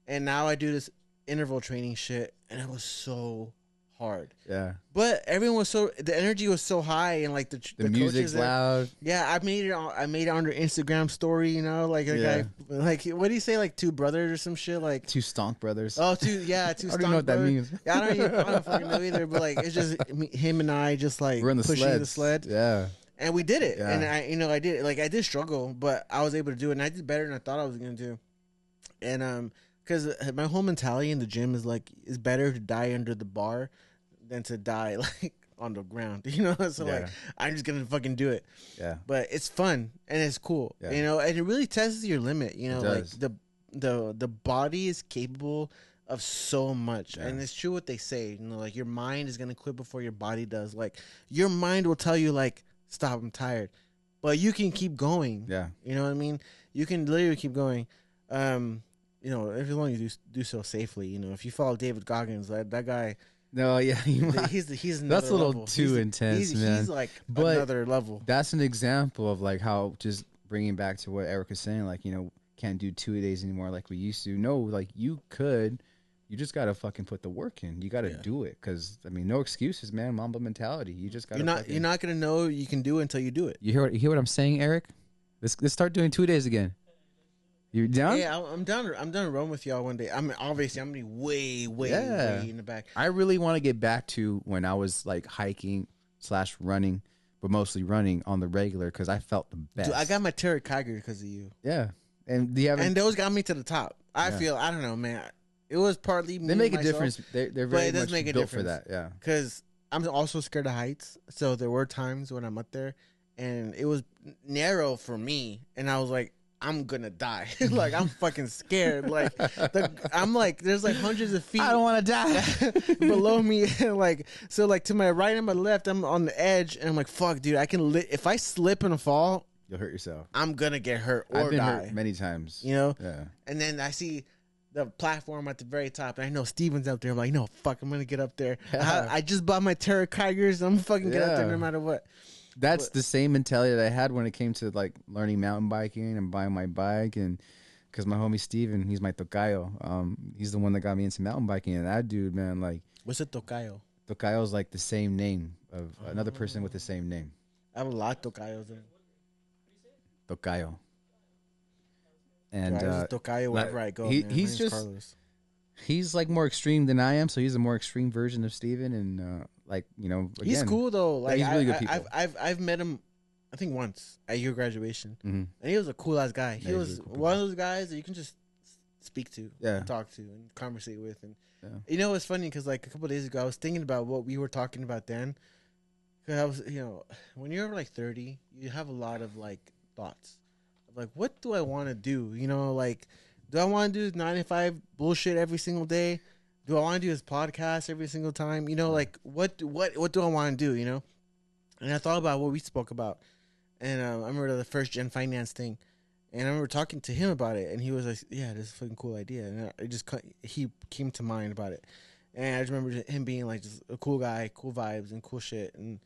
Speaker 2: and now I do this interval training shit, and it was so hard.
Speaker 1: Yeah.
Speaker 2: But everyone was so the energy was so high and like the tr-
Speaker 1: The, music's
Speaker 2: coaches there-
Speaker 1: loud.
Speaker 2: Yeah, I made it. On, I made it on her Instagram story. You know, like a
Speaker 1: Yeah.
Speaker 2: guy, like what do you say, like two brothers or some shit, like
Speaker 1: Two Stonk Brothers.
Speaker 2: oh two, yeah, two.
Speaker 1: I don't even know what that
Speaker 2: Stonebrother.
Speaker 1: means.
Speaker 2: Yeah, I don't even I don't fucking know either. But like it's just me, him and I just like
Speaker 1: We're in the,
Speaker 2: pushing
Speaker 1: sleds.
Speaker 2: the sled,
Speaker 1: Yeah.
Speaker 2: and we did it.
Speaker 1: Yeah.
Speaker 2: And I, you know, I did like I did struggle, but I was able to do it, and I did better than I thought I was gonna do. And um, because my whole mentality in the gym is like it's better to die under the bar than to die like on the ground. You know, so like
Speaker 1: Yeah.
Speaker 2: I'm just gonna fucking do it
Speaker 1: Yeah.
Speaker 2: but it's fun and it's cool
Speaker 1: Yeah.
Speaker 2: you know and it really tests your limit you know like
Speaker 1: does.
Speaker 2: the the the body is capable of so much
Speaker 1: Yeah.
Speaker 2: and it's true what they say you know like your mind is gonna quit before your body does like your mind will tell you like stop i'm tired but you can keep going
Speaker 1: Yeah.
Speaker 2: you know what i mean you can literally keep going um you know if as long as you do, do so safely you know if you follow david goggins that, that guy
Speaker 1: No, yeah.
Speaker 2: he's he's
Speaker 1: That's a
Speaker 2: another
Speaker 1: little
Speaker 2: level.
Speaker 1: too
Speaker 2: He's-
Speaker 1: intense,
Speaker 2: he's,
Speaker 1: man.
Speaker 2: he's like
Speaker 1: But-
Speaker 2: another level
Speaker 1: that's an example of like how just bringing back to what Eric was saying, like you know, can't do two days anymore like we used to. No, like you could, you just gotta fucking put the work in. You gotta
Speaker 2: Yeah.
Speaker 1: do it because I mean, no excuses, man. Mamba mentality. You just gotta.
Speaker 2: you're not
Speaker 1: fucking-
Speaker 2: you're not gonna know you can do it until you do it.
Speaker 1: You hear what, you hear what I'm saying, Eric? Let's let's start doing two days again. You down?
Speaker 2: Yeah, I- I'm down. I'm down to run with y'all one day. I'm obviously I'm gonna be way, way,
Speaker 1: Yeah.
Speaker 2: way in the back.
Speaker 1: I really want to get back to when I was like hiking slash running, but mostly running on the regular because I felt the best.
Speaker 2: Dude, I got my Terry Kiger because of you,
Speaker 1: yeah. And do you have?
Speaker 2: and those got me to the top. I
Speaker 1: Yeah.
Speaker 2: feel I don't know, man. It was partly me,
Speaker 1: they make a difference. They, they're
Speaker 2: but
Speaker 1: very
Speaker 2: it does
Speaker 1: much
Speaker 2: make a
Speaker 1: built for that.
Speaker 2: difference.
Speaker 1: Yeah.
Speaker 2: because I'm also scared of heights. So there were times when I'm up there, and it was narrow for me, and I was like. I'm gonna die. like I'm fucking scared. Like the, I'm like there's like hundreds of feet.
Speaker 1: want to die.
Speaker 2: below me like so like to my right and my left i'm on the edge and i'm like fuck dude i can li- if i slip and fall
Speaker 1: You'll hurt yourself.
Speaker 2: i'm gonna get hurt or
Speaker 1: I've been
Speaker 2: die
Speaker 1: hurt many times.
Speaker 2: you know
Speaker 1: Yeah.
Speaker 2: and then i see the platform at the very top and i know steven's up there i'm like no fuck i'm gonna get up there
Speaker 1: Yeah.
Speaker 2: I, I just bought my terror tigers i'm fucking get up there
Speaker 1: Yeah.
Speaker 2: no matter what
Speaker 1: That's the same mentality that I had when it came to like learning mountain biking and buying my bike and because my homie Steven, he's my tocayo. Um, he's the one that got me into mountain biking and that dude, man, like
Speaker 2: what's a tocayo
Speaker 1: tocayo's like the same name of another person with the same name,
Speaker 2: i have a lot of tocayos in
Speaker 1: tocayo. And
Speaker 2: Dude, I
Speaker 1: uh,
Speaker 2: just tocayo wherever i go
Speaker 1: he-
Speaker 2: man.
Speaker 1: he's
Speaker 2: My name's
Speaker 1: just-
Speaker 2: Carlos.
Speaker 1: he's like more extreme than I am, so he's a more extreme version of Steven and uh, like you know again,
Speaker 2: he's cool though like
Speaker 1: he's really
Speaker 2: I,
Speaker 1: good
Speaker 2: I-
Speaker 1: people.
Speaker 2: I've, I've i've met him i think once at your graduation
Speaker 1: Mhm.
Speaker 2: And he was a cool ass guy. He
Speaker 1: Yeah, he's
Speaker 2: was
Speaker 1: really cool
Speaker 2: one of those guys that you can just speak to,
Speaker 1: Yeah.
Speaker 2: and talk to, and conversate with. And
Speaker 1: Yeah.
Speaker 2: you know, it's funny because like a couple days ago, I was thinking about what we were talking about then. Because I was, you know, when you're like 30, you have a lot of like thoughts. Of, Like, what do I want to do? You know, like, do I want to do this nine to five bullshit every single day? Do I want to do this podcast every single time? You know, like, what, what, what do I want to do? You know, and I thought about what we spoke about and um, I remember the first gen finance thing, and I remember talking to him about it, and he was like, "Yeah, this is a fucking cool idea," and I- it just cu- he came to mind about it, and I just remember just him being like just a cool guy, cool vibes, and cool shit, and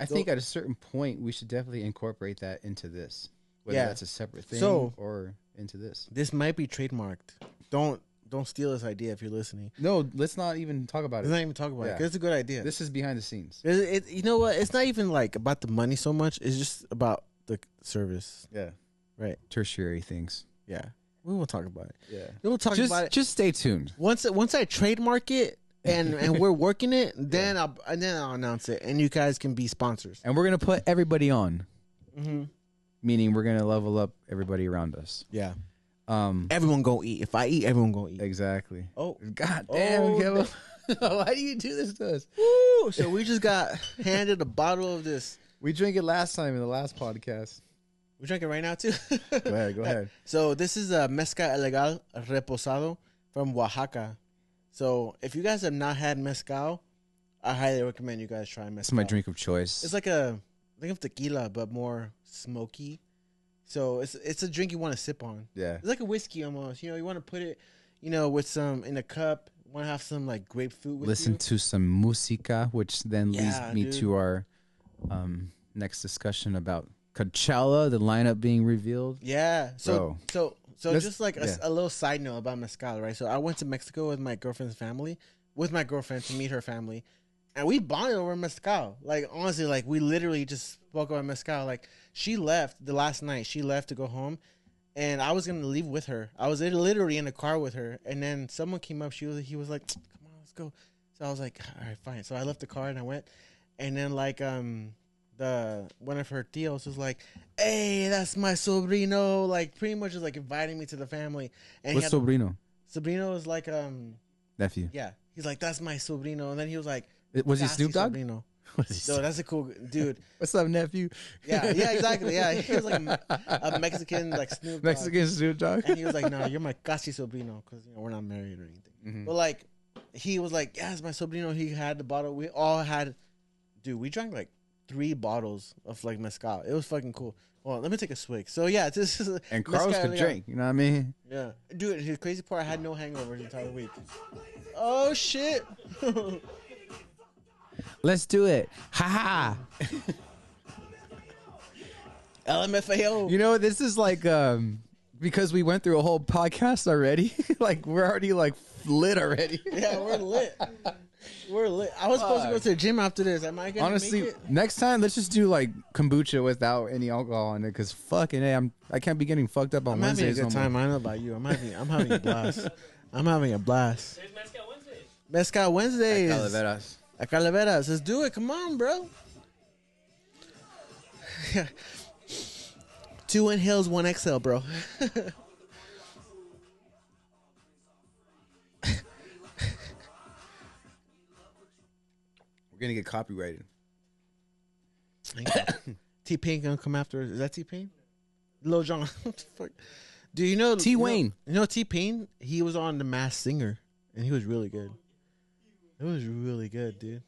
Speaker 1: I
Speaker 2: Go-
Speaker 1: think at a certain point we should definitely incorporate that into this, whether
Speaker 2: Yeah.
Speaker 1: that's a separate thing
Speaker 2: So-
Speaker 1: or into this.
Speaker 2: this might be trademarked. Don't don't steal this idea if you're listening.
Speaker 1: No, let's not even talk about
Speaker 2: Let's
Speaker 1: it.
Speaker 2: not even talk about it.
Speaker 1: Yeah.
Speaker 2: 'cause it's a good idea.
Speaker 1: This is behind the scenes.
Speaker 2: It- it- you know what? It's not even like about the money so much. It's just about the service.
Speaker 1: Yeah,
Speaker 2: Right.
Speaker 1: Tertiary things.
Speaker 2: Yeah, we will talk about it.
Speaker 1: Yeah,
Speaker 2: We'll talk
Speaker 1: just
Speaker 2: about it.
Speaker 1: just stay tuned.
Speaker 2: once once I trademark it and and we're working it, then I'll and then I'll announce it, and you guys can be sponsors.
Speaker 1: And we're gonna put everybody on,
Speaker 2: Mm-hmm.
Speaker 1: meaning we're gonna level up everybody around us.
Speaker 2: Yeah,
Speaker 1: Um,
Speaker 2: everyone go eat. If I eat, everyone go eat.
Speaker 1: exactly.
Speaker 2: Oh,
Speaker 1: God damn,
Speaker 2: Oh,
Speaker 1: Kevin. why do you do this to us?
Speaker 2: woo! So we just got handed a bottle of this.
Speaker 1: We drank it last time in the last podcast.
Speaker 2: We drink it right now too.
Speaker 1: Go ahead, go ahead.
Speaker 2: So this is a mezcal ilegal reposado from Oaxaca. So if you guys have not had mezcal, I highly recommend you guys try mezcal.
Speaker 1: That's my drink of choice.
Speaker 2: It's like a think of tequila, but more smoky. So it's it's a drink you want to sip on.
Speaker 1: yeah,
Speaker 2: It's like a whiskey almost. You know, you want to put it, you know, with some in a cup. Want to have some like grapefruit with
Speaker 1: listen
Speaker 2: you.
Speaker 1: to some musica, which then
Speaker 2: Yeah,
Speaker 1: leads me
Speaker 2: dude.
Speaker 1: to our um, next discussion about Coachella, the lineup being revealed.
Speaker 2: yeah. So
Speaker 1: Bro.
Speaker 2: so so
Speaker 1: Let's-
Speaker 2: just like a, s-
Speaker 1: yeah.
Speaker 2: a little side note about mezcal, right? So I went to Mexico with my girlfriend's family, with my girlfriend to meet her family, and we bonded over mezcal. Like honestly, like we literally just spoke about mezcal. Like she left the last night. She left to go home, and I was gonna leave with her. I was literally in the car with her, and then someone came up. She was he was like, "Come on, let's go." So I was like, "All right, fine." So I left the car and I went, and then like um the one of her tios was like, "Hey, that's my sobrino." Like pretty much was like inviting me to the family. And he
Speaker 1: What's
Speaker 2: had,
Speaker 1: sobrino?
Speaker 2: sobrino is like um
Speaker 1: Nephew.
Speaker 2: yeah. He's like, "That's my sobrino," and then he was like.
Speaker 1: It- Was he
Speaker 2: "Sassy
Speaker 1: Snoop Dogg?
Speaker 2: Sobrino.
Speaker 1: Was he
Speaker 2: No,
Speaker 1: Snoop-
Speaker 2: that's a cool g- dude.
Speaker 1: What's up, nephew?
Speaker 2: Yeah, yeah, exactly. Yeah, he was like a, a Mexican, like Snoop Dogg.
Speaker 1: Mexican Snoop Dogg.
Speaker 2: And he was like, "No, you're my casi sobrino because you know we're not married or anything."
Speaker 1: Mhm.
Speaker 2: But like, he was like, "Yeah, it's my sobrino." He had the bottle. We all had, dude. We drank like three bottles of like mezcal. It was fucking cool. Well, let me take a swig. So yeah, this is
Speaker 1: and Carlos
Speaker 2: mezcal,
Speaker 1: could
Speaker 2: yeah.
Speaker 1: drink. You know what I mean?
Speaker 2: Yeah, dude. The crazy part, I had no hangovers the entire week. Oh shit.
Speaker 1: Let's do it. Ha ha.
Speaker 2: LMFAO.
Speaker 1: You know, this is like um because we went through a whole podcast already. like we're already like lit already.
Speaker 2: Yeah, we're lit. We're lit. I was supposed to go to the gym after this. Am I gonna
Speaker 1: Honestly,
Speaker 2: make it?
Speaker 1: next time let's just do like kombucha without any alcohol in it. Cause fucking, hey, I'm I can't be getting fucked up on
Speaker 2: I'm having a
Speaker 1: Wednesdays.
Speaker 2: good
Speaker 1: no more.
Speaker 2: time. I don't know about you. I'm having. I'm having a blast. I'm having a blast.
Speaker 3: There's Mezcal Wednesdays.
Speaker 2: Mezcal Wednesdays.
Speaker 1: Calaveras.
Speaker 2: At Calaveras. Let's do it. Come on, bro. Two inhales, one exhale, bro.
Speaker 1: We're gonna get copyrighted.
Speaker 2: T Pain gonna come after. Is that T Pain? Lil Jon. What the fuck? Do you know
Speaker 1: T-Wayne.
Speaker 2: You know, you know T Pain? He was on The Masked Singer, and he was really good. It was really good, dude.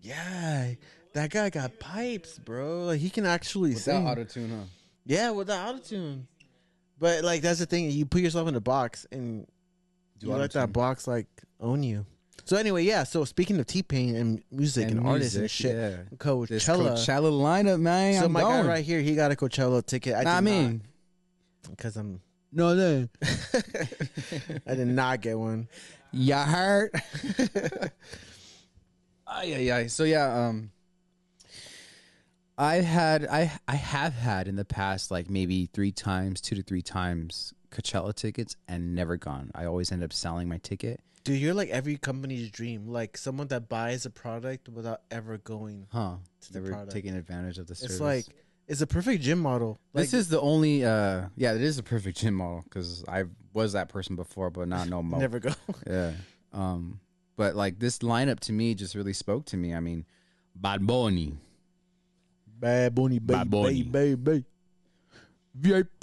Speaker 2: Yeah, that guy got pipes, bro. Like he can actually sing.
Speaker 1: tune, huh?
Speaker 2: yeah, without auto tune. But like that's the thing. You put yourself in a box, and you let that box like own you. So anyway, yeah. So speaking of T Pain and music and, artists and shit,
Speaker 1: Yeah. This Coachella,
Speaker 2: Coachella.
Speaker 1: lineup, man.
Speaker 2: So
Speaker 1: I'm
Speaker 2: my
Speaker 1: going.
Speaker 2: guy right here, he got a Coachella ticket. I,
Speaker 1: Nah, I mean,
Speaker 2: because I'm,
Speaker 1: no, no.
Speaker 2: I did not get one.
Speaker 1: You heard? ay, ay, ay. So yeah, um, I had I I have had in the past like maybe three times, two to three times Coachella tickets and never gone. I always end up selling my ticket.
Speaker 2: Dude, you're like every company's dream. Like someone that buys a product without ever going.
Speaker 1: Huh.
Speaker 2: the
Speaker 1: Never
Speaker 2: product.
Speaker 1: taking advantage of the service.
Speaker 2: It's like it's a perfect gym model. Like,
Speaker 1: this is the only uh yeah, it is a perfect gym model because I was that person before, but not no more.
Speaker 2: never go.
Speaker 1: Yeah. Um, but like this lineup to me just really spoke to me. I mean, Bad Bunny,
Speaker 2: Bad bunny,
Speaker 1: Bad
Speaker 2: baby,
Speaker 1: Bunny.
Speaker 2: baby, baby, baby.
Speaker 1: VIP,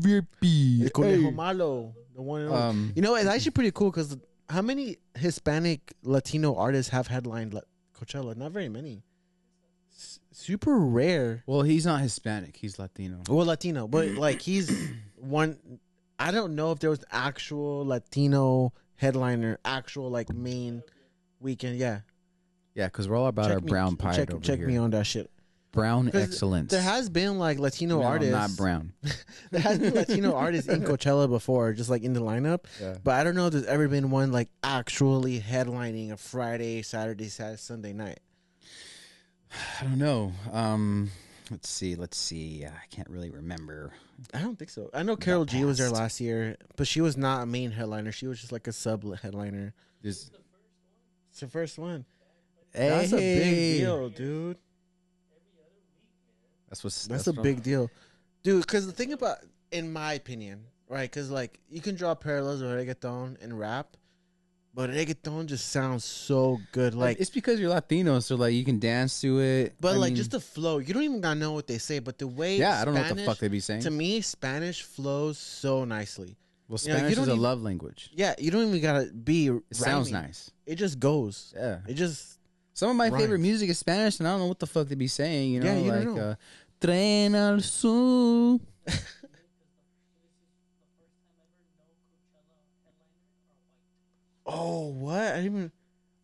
Speaker 1: VIP.
Speaker 2: El Conejo Malo, the one. And only.
Speaker 1: Um,
Speaker 2: You know, it's actually pretty cool because how many Hispanic Latino artists have headlined Le- Coachella? Not very many. S- super rare.
Speaker 1: well, he's not Hispanic; he's Latino.
Speaker 2: Well, Latino, but
Speaker 1: Mm-hmm.
Speaker 2: like he's one. I don't know if there was actual Latino headliner, actual like main weekend. Yeah,
Speaker 1: Yeah, because we're all about our
Speaker 2: me-
Speaker 1: brown pie
Speaker 2: Check,
Speaker 1: over
Speaker 2: check
Speaker 1: here.
Speaker 2: me on that shit.
Speaker 1: Brown
Speaker 2: 'Cause
Speaker 1: excellence.
Speaker 2: There has been like Latino
Speaker 1: no,
Speaker 2: artists.
Speaker 1: not brown.
Speaker 2: there has been Latino artists in Coachella before, just like in the lineup.
Speaker 1: Yeah.
Speaker 2: But I don't know if there's ever been one like actually headlining a Friday, Saturday, Saturday, Sunday night.
Speaker 1: I don't know. Um, let's see. Let's see. I can't really remember.
Speaker 2: I don't think so. I know Carol G was there
Speaker 1: past.
Speaker 2: last year, but she was not a main headliner. She was just like a sub headliner.
Speaker 1: There's,
Speaker 2: It's the first one. That's a big
Speaker 1: Hey.
Speaker 2: deal, dude.
Speaker 1: That's what's.
Speaker 2: That's, a
Speaker 1: what-
Speaker 2: big deal, dude. Because the thing about, in my opinion, right? Because like you can draw parallels of reggaeton and rap, but reggaeton just sounds so good. Like,
Speaker 1: it's because you're Latino, so like you can dance to it.
Speaker 2: but
Speaker 1: I
Speaker 2: like
Speaker 1: mean,
Speaker 2: just the flow. You don't even gotta know what they say, but the way
Speaker 1: yeah, I don't know what the
Speaker 2: Spanish-
Speaker 1: fuck they be saying.
Speaker 2: To me, Spanish flows so nicely.
Speaker 1: well,
Speaker 2: you know, you
Speaker 1: Spanish is
Speaker 2: don't
Speaker 1: a
Speaker 2: even-
Speaker 1: love language.
Speaker 2: Yeah, you don't even gotta be.
Speaker 1: It sounds
Speaker 2: rhyming.
Speaker 1: nice.
Speaker 2: It just goes.
Speaker 1: Yeah.
Speaker 2: It just
Speaker 1: Some of my favorite
Speaker 2: Rhymes.
Speaker 1: music is Spanish, and I don't know what the fuck they be saying. You know,
Speaker 2: Yeah, you
Speaker 1: like
Speaker 2: don't know.
Speaker 1: Uh, Tren al sur.
Speaker 2: Oh, what? I didn't even.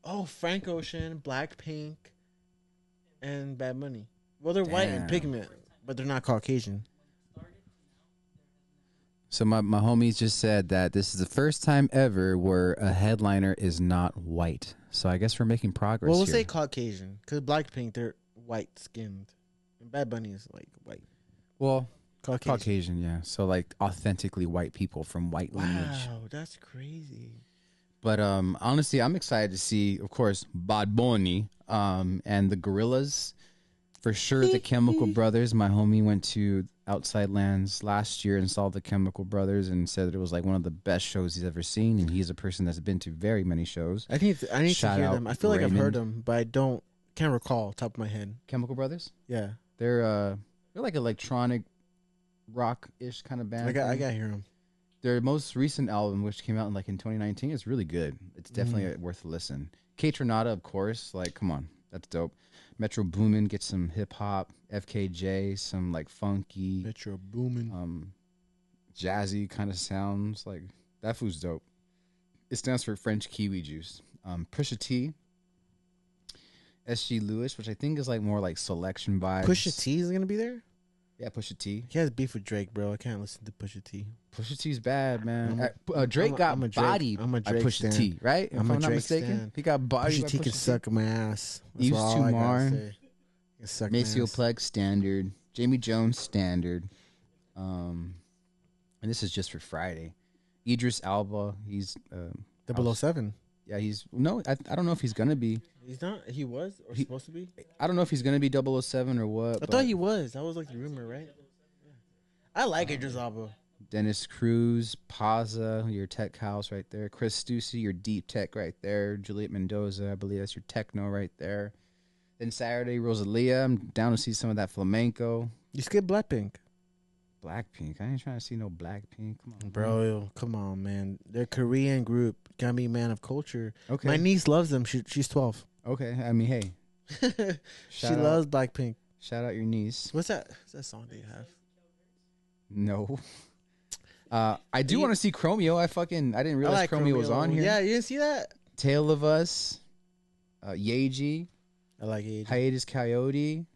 Speaker 2: Oh, Frank Ocean, Blackpink, and Bad Money. Well, they're white and
Speaker 1: Damn.
Speaker 2: pigment, but they're not Caucasian.
Speaker 1: So my, my homies just said that this is the first time ever where a headliner is not white. So I guess we're making progress.
Speaker 2: Well, we'll
Speaker 1: here.
Speaker 2: say Caucasian because Blackpink they're white skinned, and Bad Bunny is like white
Speaker 1: well,
Speaker 2: Caucasian.
Speaker 1: Caucasian, yeah. So like authentically white people from white lineage.
Speaker 2: Wow, that's crazy.
Speaker 1: But um, honestly, I'm excited to see, of course, Bad Bunny um, and the Gorillas. For sure, the Chemical Brothers. My homie went to Outside Lands last year and saw the Chemical Brothers and said that it was like one of the best shows he's ever seen. And he's a person that's been to very many shows.
Speaker 2: I need to, I need
Speaker 1: Shout
Speaker 2: to hear
Speaker 1: out
Speaker 2: them. I feel like I've
Speaker 1: Raymond.
Speaker 2: heard them, but I don't can't recall top of my head.
Speaker 1: Chemical Brothers?
Speaker 2: Yeah,
Speaker 1: They're uh, they're like electronic rock ish kind of band.
Speaker 2: I got I
Speaker 1: thing.
Speaker 2: got to hear them.
Speaker 1: their most recent album, which came out in like in 2019, is really good. It's definitely
Speaker 2: Mm.
Speaker 1: uh, worth a listen. Kate Renata, of course, like come on, that's dope. Metro Boomin gets some hip hop, FKJ, some like funky,
Speaker 2: Metro Boomin.
Speaker 1: um, jazzy kind of sounds. Like that food's dope. It stands for French Kiwi Juice. Um, Pusha T, SG Lewis, which I think is like more like selection vibes.
Speaker 2: Pusha T is gonna be there.
Speaker 1: yeah, Pusha T.
Speaker 2: He has beef with Drake, bro. I can't listen to Pusha T.
Speaker 1: Pusha T's bad, man.
Speaker 2: I'm-
Speaker 1: Uh, P- uh, Drake
Speaker 2: I'm a-
Speaker 1: got
Speaker 2: I'm a Drake-
Speaker 1: bodied
Speaker 2: I'm a
Speaker 1: by
Speaker 2: Drake
Speaker 1: Pusha
Speaker 2: stan.
Speaker 1: T, right? If
Speaker 2: I'm
Speaker 1: I'm,
Speaker 2: a
Speaker 1: not
Speaker 2: Drake
Speaker 1: mistaken,
Speaker 2: stan.
Speaker 1: he got bodied
Speaker 2: Pusha
Speaker 1: by
Speaker 2: T
Speaker 1: Pusha
Speaker 2: can
Speaker 1: T.
Speaker 2: suck my ass. That's
Speaker 1: Use
Speaker 2: all I gotta
Speaker 1: Tumar.
Speaker 2: say. Can Suck my
Speaker 1: Maceo
Speaker 2: ass.
Speaker 1: Plug standard, Jamie Jones standard, um, and this is just for Friday. Idris Alba, he's uh,
Speaker 2: 007.
Speaker 1: yeah, he's no, I, I don't know if he's gonna be,
Speaker 2: He's not. He was or
Speaker 1: He-
Speaker 2: supposed to be.
Speaker 1: I don't know if he's gonna be 007 or what.
Speaker 2: I
Speaker 1: but
Speaker 2: thought he was. That was like the rumor, right? I like Idris Elba.
Speaker 1: Dennis Cruz, Paza, your tech house right there. Chris Stussy, your deep tech right there. Juliet Mendoza, I believe that's your techno right there. Then Saturday, Rosalia. I'm down to see some of that flamenco.
Speaker 2: You skip Blackpink,
Speaker 1: Blackpink. I ain't trying to see no Blackpink. Come on,
Speaker 2: bro. yo, Come on, man. They're a Korean group. Gotta be a man of culture.
Speaker 1: Okay.
Speaker 2: My niece loves them. She, she's twelve.
Speaker 1: okay. I mean, hey,
Speaker 2: she
Speaker 1: Shout out.
Speaker 2: loves Blackpink.
Speaker 1: shout out your niece.
Speaker 2: What's that? What's that song they have?
Speaker 1: No. Uh, I do
Speaker 2: You-
Speaker 1: want to see Chromeo. I fucking I didn't realize
Speaker 2: I like
Speaker 1: Chromeo, was on here.
Speaker 2: Yeah, you didn't see that?
Speaker 1: Tale of Us, uh, Yeji.
Speaker 2: I like it.
Speaker 1: Hiatus Coyote.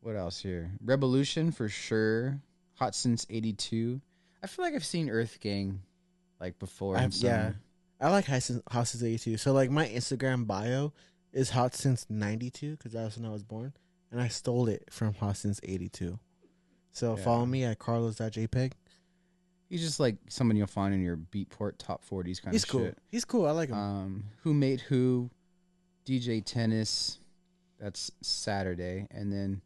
Speaker 1: What else here? Revolution for sure. Hot since '82. I feel like I've seen Earth Gang like before. in
Speaker 2: I've-
Speaker 1: some-
Speaker 2: yeah. I like Hot Since, Hot Since 82. So, like, my Instagram bio is Hot Since 92 because that was when I was born. And I stole it from Hot Since 82. So,
Speaker 1: Yeah.
Speaker 2: follow me at carlos.jpg.
Speaker 1: he's just like someone you'll find in your Beatport top 40s kind
Speaker 2: He's
Speaker 1: of
Speaker 2: cool.
Speaker 1: shit.
Speaker 2: He's cool. I like him.
Speaker 1: Um, who made who? DJ Tennis. That's Saturday, and then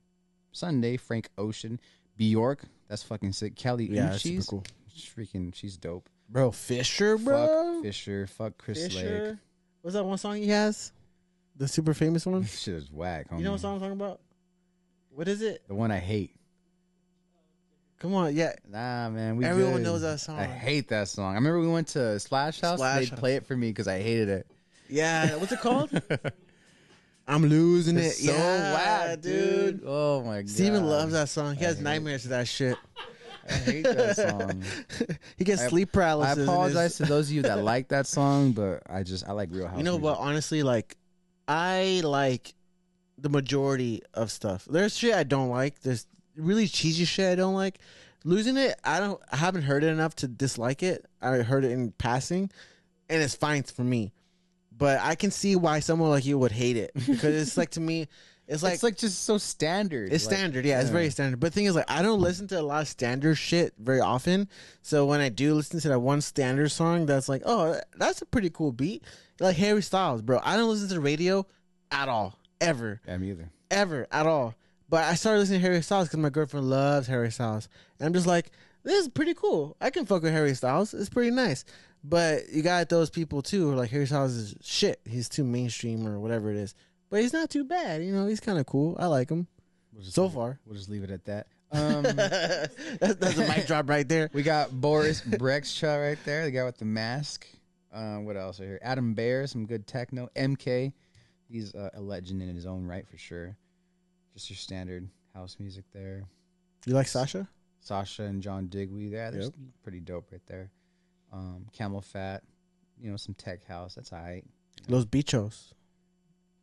Speaker 1: Sunday Frank Ocean, Bjork. That's fucking sick. Kelly
Speaker 2: yeah,
Speaker 1: yeah,
Speaker 2: that's super
Speaker 1: Uchis.
Speaker 2: cool.
Speaker 1: Freaking, she's dope.
Speaker 2: Bro, Fisher, bro.
Speaker 1: Fuck Fisher. Fuck Chris
Speaker 2: Fisher. What's that one song he has? The super famous one?
Speaker 1: Lake. Shit is whack. Homie.
Speaker 2: you know what song I'm talking about? What is it?
Speaker 1: The one I hate.
Speaker 2: Come on. Yeah.
Speaker 1: Nah, man. We
Speaker 2: Everyone
Speaker 1: good.
Speaker 2: knows that song.
Speaker 1: I hate that song. I remember we went to Slash House.
Speaker 2: Slash
Speaker 1: and They'd
Speaker 2: House.
Speaker 1: play it for me because I hated it.
Speaker 2: Yeah. What's it called? I'm losing it.
Speaker 1: It's so
Speaker 2: yeah,
Speaker 1: whack, dude. Oh my god.
Speaker 2: Steven loves that song. He
Speaker 1: I
Speaker 2: has
Speaker 1: hate-
Speaker 2: nightmares of that shit.
Speaker 1: I hate that song.
Speaker 2: he gets
Speaker 1: I-
Speaker 2: sleep
Speaker 1: I
Speaker 2: paralysis. and
Speaker 1: apologize
Speaker 2: is-
Speaker 1: to those of you that like that song, but I just I like Real House.
Speaker 2: you know what?
Speaker 1: music.
Speaker 2: Honestly, like I like the majority of stuff. There's shit I don't like. There's really cheesy shit I don't like. Losing it, I don't. I haven't heard it enough to dislike it. I heard it in passing, and it's fine for me. But I can see why someone like you would hate it because it's like to me, it's like
Speaker 1: it's like just so standard.
Speaker 2: It's
Speaker 1: like-
Speaker 2: standard, yeah, it's very standard. But the thing is, like, I don't listen to a lot of standard shit very often. So when I do listen to that one standard song, that's like, oh, that's a pretty cool beat. Like Harry Styles, bro. I don't listen to the radio at all, ever,
Speaker 1: Yeah, me either.
Speaker 2: ever, at all. But I started listening to Harry Styles because my girlfriend loves Harry Styles, and I'm just like, this is pretty cool. I can fuck with Harry Styles. It's pretty nice. But you got those people too, who are like Harry Styles is shit. He's too mainstream or whatever it is. But he's not too bad, you know. He's kind of cool. I like him
Speaker 1: We'll just
Speaker 2: so
Speaker 1: leave it-
Speaker 2: far.
Speaker 1: we'll just leave it at that. Um,
Speaker 2: that's, that's a mic drop right there.
Speaker 1: we got Boris Brexcha right there, the guy with the mask. Uh, what else right here? Adam Bear, some good techno. MK, he's uh, a legend in his own right for sure. Just your standard house music there.
Speaker 2: You like Sasha?
Speaker 1: Sasha and John Digweed, yeah, they're
Speaker 2: Yep.
Speaker 1: pretty dope right there. Um, Camel Fat, you know, some tech house. That's all right.
Speaker 2: Los Bichos.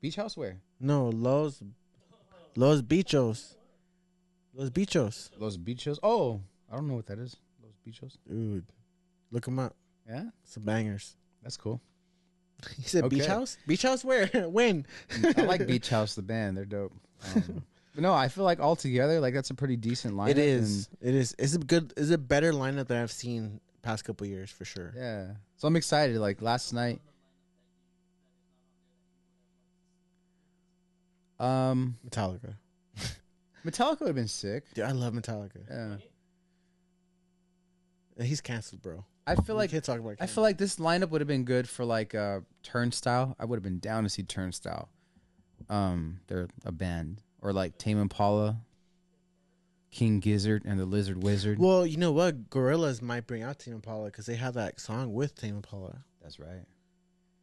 Speaker 1: Beach house where?
Speaker 2: No, Los Los Bichos. Los Bichos.
Speaker 1: Los Beachos. Oh, I don't know what that is. Los Beachos.
Speaker 2: Dude, look them up.
Speaker 1: Yeah,
Speaker 2: Some bangers.
Speaker 1: that's cool.
Speaker 2: He said beach
Speaker 1: Okay.
Speaker 2: house. Beach house where? when?
Speaker 1: I like Beach House, the band. They're dope. Um, but no, I feel like altogether, like that's a pretty decent lineup.
Speaker 2: It is. It is. It's a good. It's a better lineup than I've seen past couple years for sure.
Speaker 1: and- yeah. So I'm excited. Like last night. Um,
Speaker 2: Metallica.
Speaker 1: Metallica would have been sick.
Speaker 2: Dude, I love Metallica.
Speaker 1: Yeah.
Speaker 2: He's canceled, bro.
Speaker 1: I feel like
Speaker 2: can't talk about.
Speaker 1: I feel like this lineup would have been good for like uh, Turnstile. I would have been down to see Turnstile. Um, they're a band or like Tame Impala, King Gizzard, and the Lizard Wizard.
Speaker 2: Well, you know what? Gorillas might bring out Tame Impala because they have that song with Tame Impala.
Speaker 1: That's right.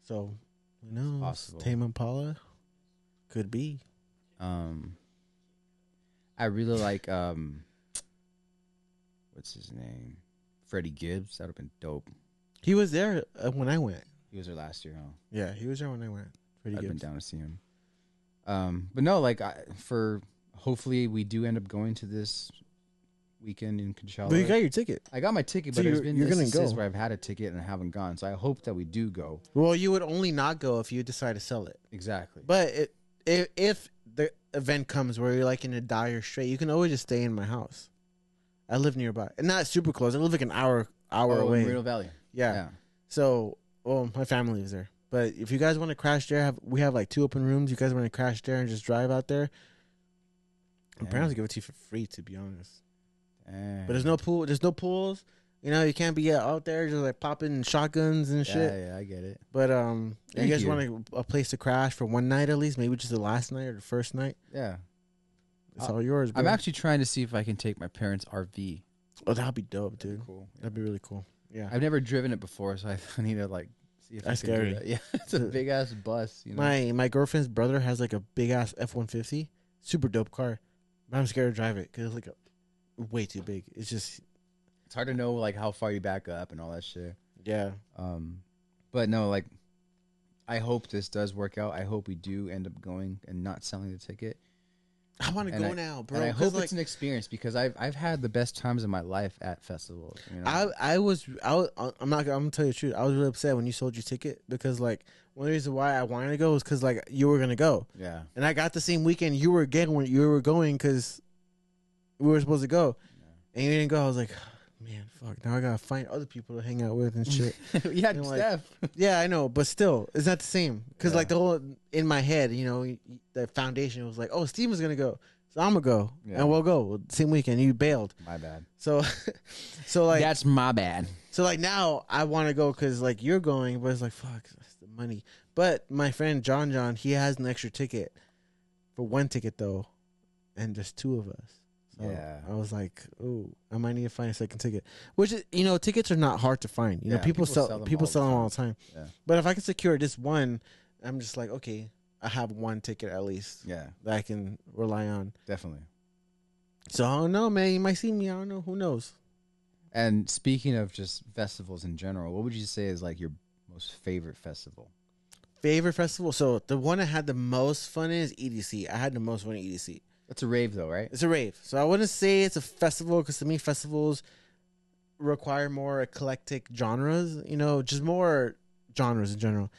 Speaker 2: So, who knows?
Speaker 1: possible.
Speaker 2: Tame Impala could be.
Speaker 1: Um, I really like um, what's his name, Freddie Gibbs. That would have been dope.
Speaker 2: He was there uh, when I went.
Speaker 1: He was there last year, huh?
Speaker 2: Yeah, he was there when I went. Pretty
Speaker 1: I've been
Speaker 2: good.
Speaker 1: down to see him. Um, but no, like I, for hopefully we do end up going to this weekend in Coachella.
Speaker 2: But you got your ticket.
Speaker 1: I got my ticket,
Speaker 2: So
Speaker 1: but there's
Speaker 2: you're-
Speaker 1: been
Speaker 2: you're gonna
Speaker 1: instances
Speaker 2: go.
Speaker 1: where I've had a ticket and I haven't gone. So I hope that we do go.
Speaker 2: Well, you would only not go if you decide to sell it.
Speaker 1: Exactly.
Speaker 2: But it, if if the event comes where you're like in a dire strait, you can always just stay in my house. I live nearby, and not super close. I live like an hour hour
Speaker 1: oh,
Speaker 2: away.
Speaker 1: in Reno Valley.
Speaker 2: yeah. So, well, my family lives there. But if you guys want to crash there, have, we have like two open rooms. You guys want to crash there and just drive out there? I'm
Speaker 1: Yeah.
Speaker 2: probably gonna give it to you for free, to be honest.
Speaker 1: Damn.
Speaker 2: But there's no pool. There's no pools. You know, you can't be out there just like popping shotguns and
Speaker 1: yeah,
Speaker 2: shit.
Speaker 1: Yeah, I get it.
Speaker 2: But um, if
Speaker 1: Thank
Speaker 2: you guys
Speaker 1: you.
Speaker 2: want a, a place to crash for one night at least, maybe just the last night or the first night.
Speaker 1: Yeah.
Speaker 2: It's
Speaker 1: Uh,
Speaker 2: all yours. Bro.
Speaker 1: I'm actually trying to see if I can take my parents' RV.
Speaker 2: Oh, that'd be dope, dude.
Speaker 1: Cool.
Speaker 2: That'd be really cool. Yeah.
Speaker 1: I've never driven it before, so I need to like see if
Speaker 2: That's
Speaker 1: I can
Speaker 2: scary.
Speaker 1: do that. Yeah, it's a big ass bus. You know.
Speaker 2: My my girlfriend's brother has like a big ass F one fifty, super dope car, but I'm scared to drive it because it's like a, way too big. It's just
Speaker 1: it's hard to know like how far you back up and all that shit.
Speaker 2: yeah.
Speaker 1: Um, but no, like, I hope this does work out. I hope we do end up going and not selling the ticket.
Speaker 2: I want to
Speaker 1: And
Speaker 2: go
Speaker 1: I-
Speaker 2: now, bro.
Speaker 1: and I
Speaker 2: 'cause,
Speaker 1: hope
Speaker 2: like,
Speaker 1: it's an experience because I've I've had the best times of my life at festivals. You know?
Speaker 2: I I was I was, I'm not gonna- I'm gonna tell you the truth. I was really upset when you sold your ticket because like one reason why I wanted to go was because like you were gonna go
Speaker 1: yeah,
Speaker 2: and I got the same weekend you were getting when you were going because we were supposed to go and you didn't go. I was like, man, fuck. Now I gotta find other people to hang out with and shit.
Speaker 1: you had
Speaker 2: And, like,
Speaker 1: Steph.
Speaker 2: yeah, I know, but still, it's not the same because
Speaker 1: Yeah.
Speaker 2: like the whole in my head, you know, the foundation was like, oh, Steven's gonna go, so I'm gonna go
Speaker 1: Yeah.
Speaker 2: and we'll go same weekend. You bailed,
Speaker 1: my bad.
Speaker 2: so so like
Speaker 1: That's my bad.
Speaker 2: so like now I want to go because like you're going, but it's like fuck, that's the money. But my friend John John, he has an extra ticket for one ticket though, and there's two of us. So
Speaker 1: Yeah.
Speaker 2: I was like, oh, I might need to find a second ticket. Which is, you know, tickets are not hard to find. You know,
Speaker 1: Yeah,
Speaker 2: people, sell,
Speaker 1: them
Speaker 2: people
Speaker 1: all the
Speaker 2: sell them all the time.
Speaker 1: Yeah.
Speaker 2: But if I can secure just one, I'm just like, okay, I have one ticket at least
Speaker 1: Yeah,
Speaker 2: that I can rely on.
Speaker 1: definitely.
Speaker 2: So I don't know, man. You might see me. I don't know. Who knows?
Speaker 1: And speaking of just festivals in general, what would you say is like your most favorite festival?
Speaker 2: Favorite festival. So the one I had the most fun in is EDC. I had the most fun at EDC.
Speaker 1: That's a rave though, right?
Speaker 2: It's a rave. So I wouldn't say it's a festival because to me festivals require more eclectic genres. You know, just more genres in general.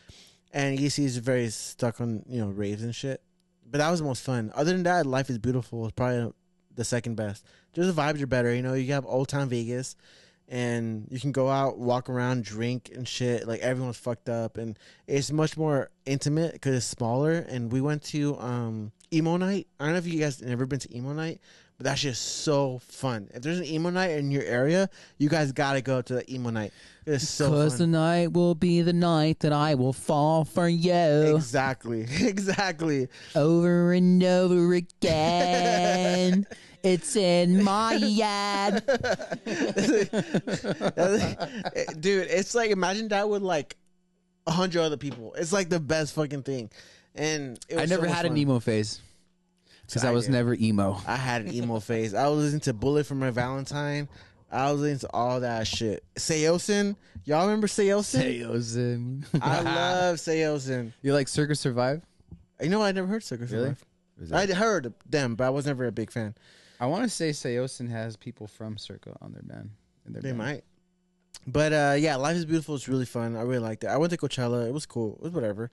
Speaker 2: And EDC is very stuck on you know raves and shit. But that was the most fun. Other than that, Life is Beautiful is probably the second best. Just the vibes are better. You know, you have Old Town Vegas. And you can go out, walk around, drink and shit. Like everyone's fucked up, and it's much more intimate because it's smaller. And we went to um, emo night. I don't know if you guys have ever been to emo night, but that's just so fun. If there's an emo night in your area, you guys gotta go to the emo night. It's so fun.
Speaker 1: night will be the night that I will fall for you
Speaker 2: exactly, exactly.
Speaker 1: over and over again. it's in my yard.
Speaker 2: dude it's like imagine that with like a hundred other people it's like the best fucking thing and it was
Speaker 1: I never
Speaker 2: so much
Speaker 1: had an
Speaker 2: fun.
Speaker 1: emo phase because
Speaker 2: I
Speaker 1: I was
Speaker 2: did.
Speaker 1: never emo.
Speaker 2: i had an emo phase i was listening to bullet for my valentine i was listening to all that shit seosin y'all remember seosin
Speaker 1: Ozim.
Speaker 2: i love seosin
Speaker 1: you like Circus Survive?
Speaker 2: you know i never heard circus
Speaker 1: Really?
Speaker 2: Life. i heard them but i was never a big fan
Speaker 1: I want to say Seosin has people from Circa on their band. In their
Speaker 2: they
Speaker 1: band.
Speaker 2: might But uh, yeah, Life is Beautiful is really fun. I really liked it. I went to Coachella. It was cool. It was whatever.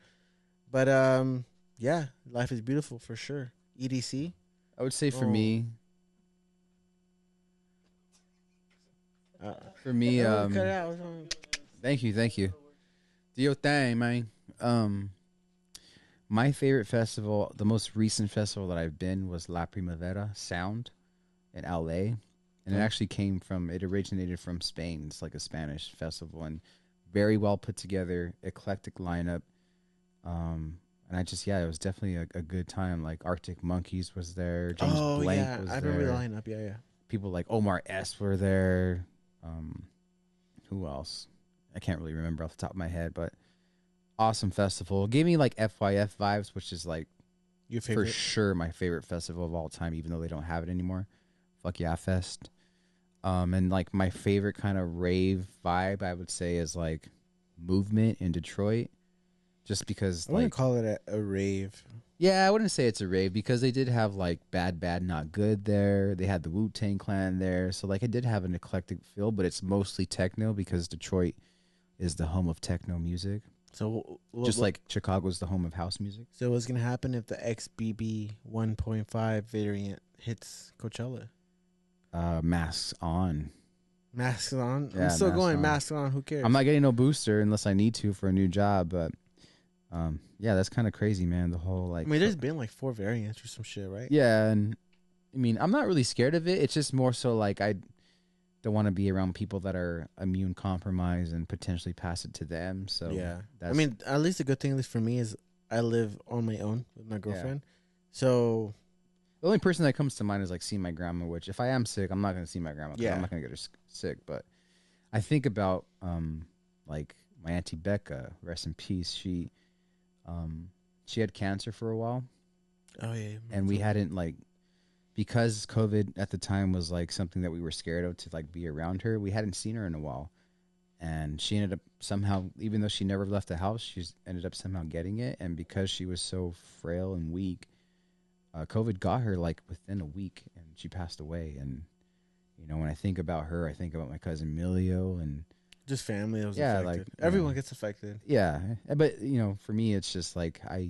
Speaker 2: But um, yeah, Life is Beautiful for sure. E EDC.
Speaker 1: I would say for
Speaker 2: Oh.
Speaker 1: me,
Speaker 2: Uh,
Speaker 1: for me,
Speaker 2: oh,
Speaker 1: um,
Speaker 2: cut it out. What's wrong?
Speaker 1: Thank you, thank you. Do your thing, man. Um, my favorite festival, the most recent festival that I've been was La Primavera Sound in LA, and it
Speaker 2: Okay.
Speaker 1: actually came from it originated from Spain. It's like a Spanish festival and very well put together, eclectic lineup. Um, and I just yeah, it was definitely a, a good time. Like Arctic Monkeys was there, James
Speaker 2: oh
Speaker 1: Blank
Speaker 2: yeah,
Speaker 1: was
Speaker 2: I
Speaker 1: there
Speaker 2: remember the lineup. Yeah, yeah.
Speaker 1: people like Omar S were there. Um, who else? I can't really remember off the top of my head, but awesome festival. Gave me like FYF vibes, which is like
Speaker 2: Your favorite?
Speaker 1: for sure my favorite festival of all time, even though they don't have it anymore. Fuck yeah, fest. Um, and like my favorite kind of rave vibe, I would say, is like movement in Detroit, just because
Speaker 2: I wouldn't
Speaker 1: like
Speaker 2: call it a, a rave.
Speaker 1: yeah, I wouldn't say it's a rave because they did have like Bad Bad Not Good there. They had the Wu Tang Clan there, so like it did have an eclectic feel, but it's mostly techno because Detroit is the home of techno music,
Speaker 2: So wh-
Speaker 1: just
Speaker 2: wh-
Speaker 1: like Chicago's the home of house music.
Speaker 2: so, what's gonna happen if the XBB 1.5 variant hits Coachella?
Speaker 1: Uh, masks on.
Speaker 2: Masks on.
Speaker 1: Yeah,
Speaker 2: I'm still
Speaker 1: masks
Speaker 2: going.
Speaker 1: on.
Speaker 2: Masks on. Who cares?
Speaker 1: I'm not getting no booster unless I need to for a new job, but um, yeah, that's kind of crazy, man. The whole
Speaker 2: I
Speaker 1: like,
Speaker 2: mean, there's been like four variants or some shit, right?
Speaker 1: yeah, and I mean, I'm not really scared of it. It's just more so like I don't want to be around people that are immune compromised and potentially pass it to them. So
Speaker 2: yeah. I
Speaker 1: that's-
Speaker 2: mean, at least a good thing, at least for me, is I live on my own with my girlfriend. So
Speaker 1: The only person that comes to mind is like see my grandma, which if I am sick, I'm not going to see my grandma. 'cause
Speaker 2: Yeah.
Speaker 1: I'm not going to get her s- sick. But I think about um like my auntie Becca, rest in peace. She um she had cancer for a while,
Speaker 2: Oh yeah.
Speaker 1: and we hadn't like because COVID at the time was like something that we were scared of to like be around her. We hadn't seen her in a while, and she ended up somehow, even though she never left the house, she's ended up somehow getting it. And because she was so frail and weak, uh, COVID got her like within a week, and she passed away. And you know, when I think about her, I think about my cousin Emilio and
Speaker 2: just family that was
Speaker 1: Yeah, like,
Speaker 2: affected.
Speaker 1: you
Speaker 2: Everyone
Speaker 1: know.
Speaker 2: gets affected.
Speaker 1: yeah eh, but you know for me it's just like i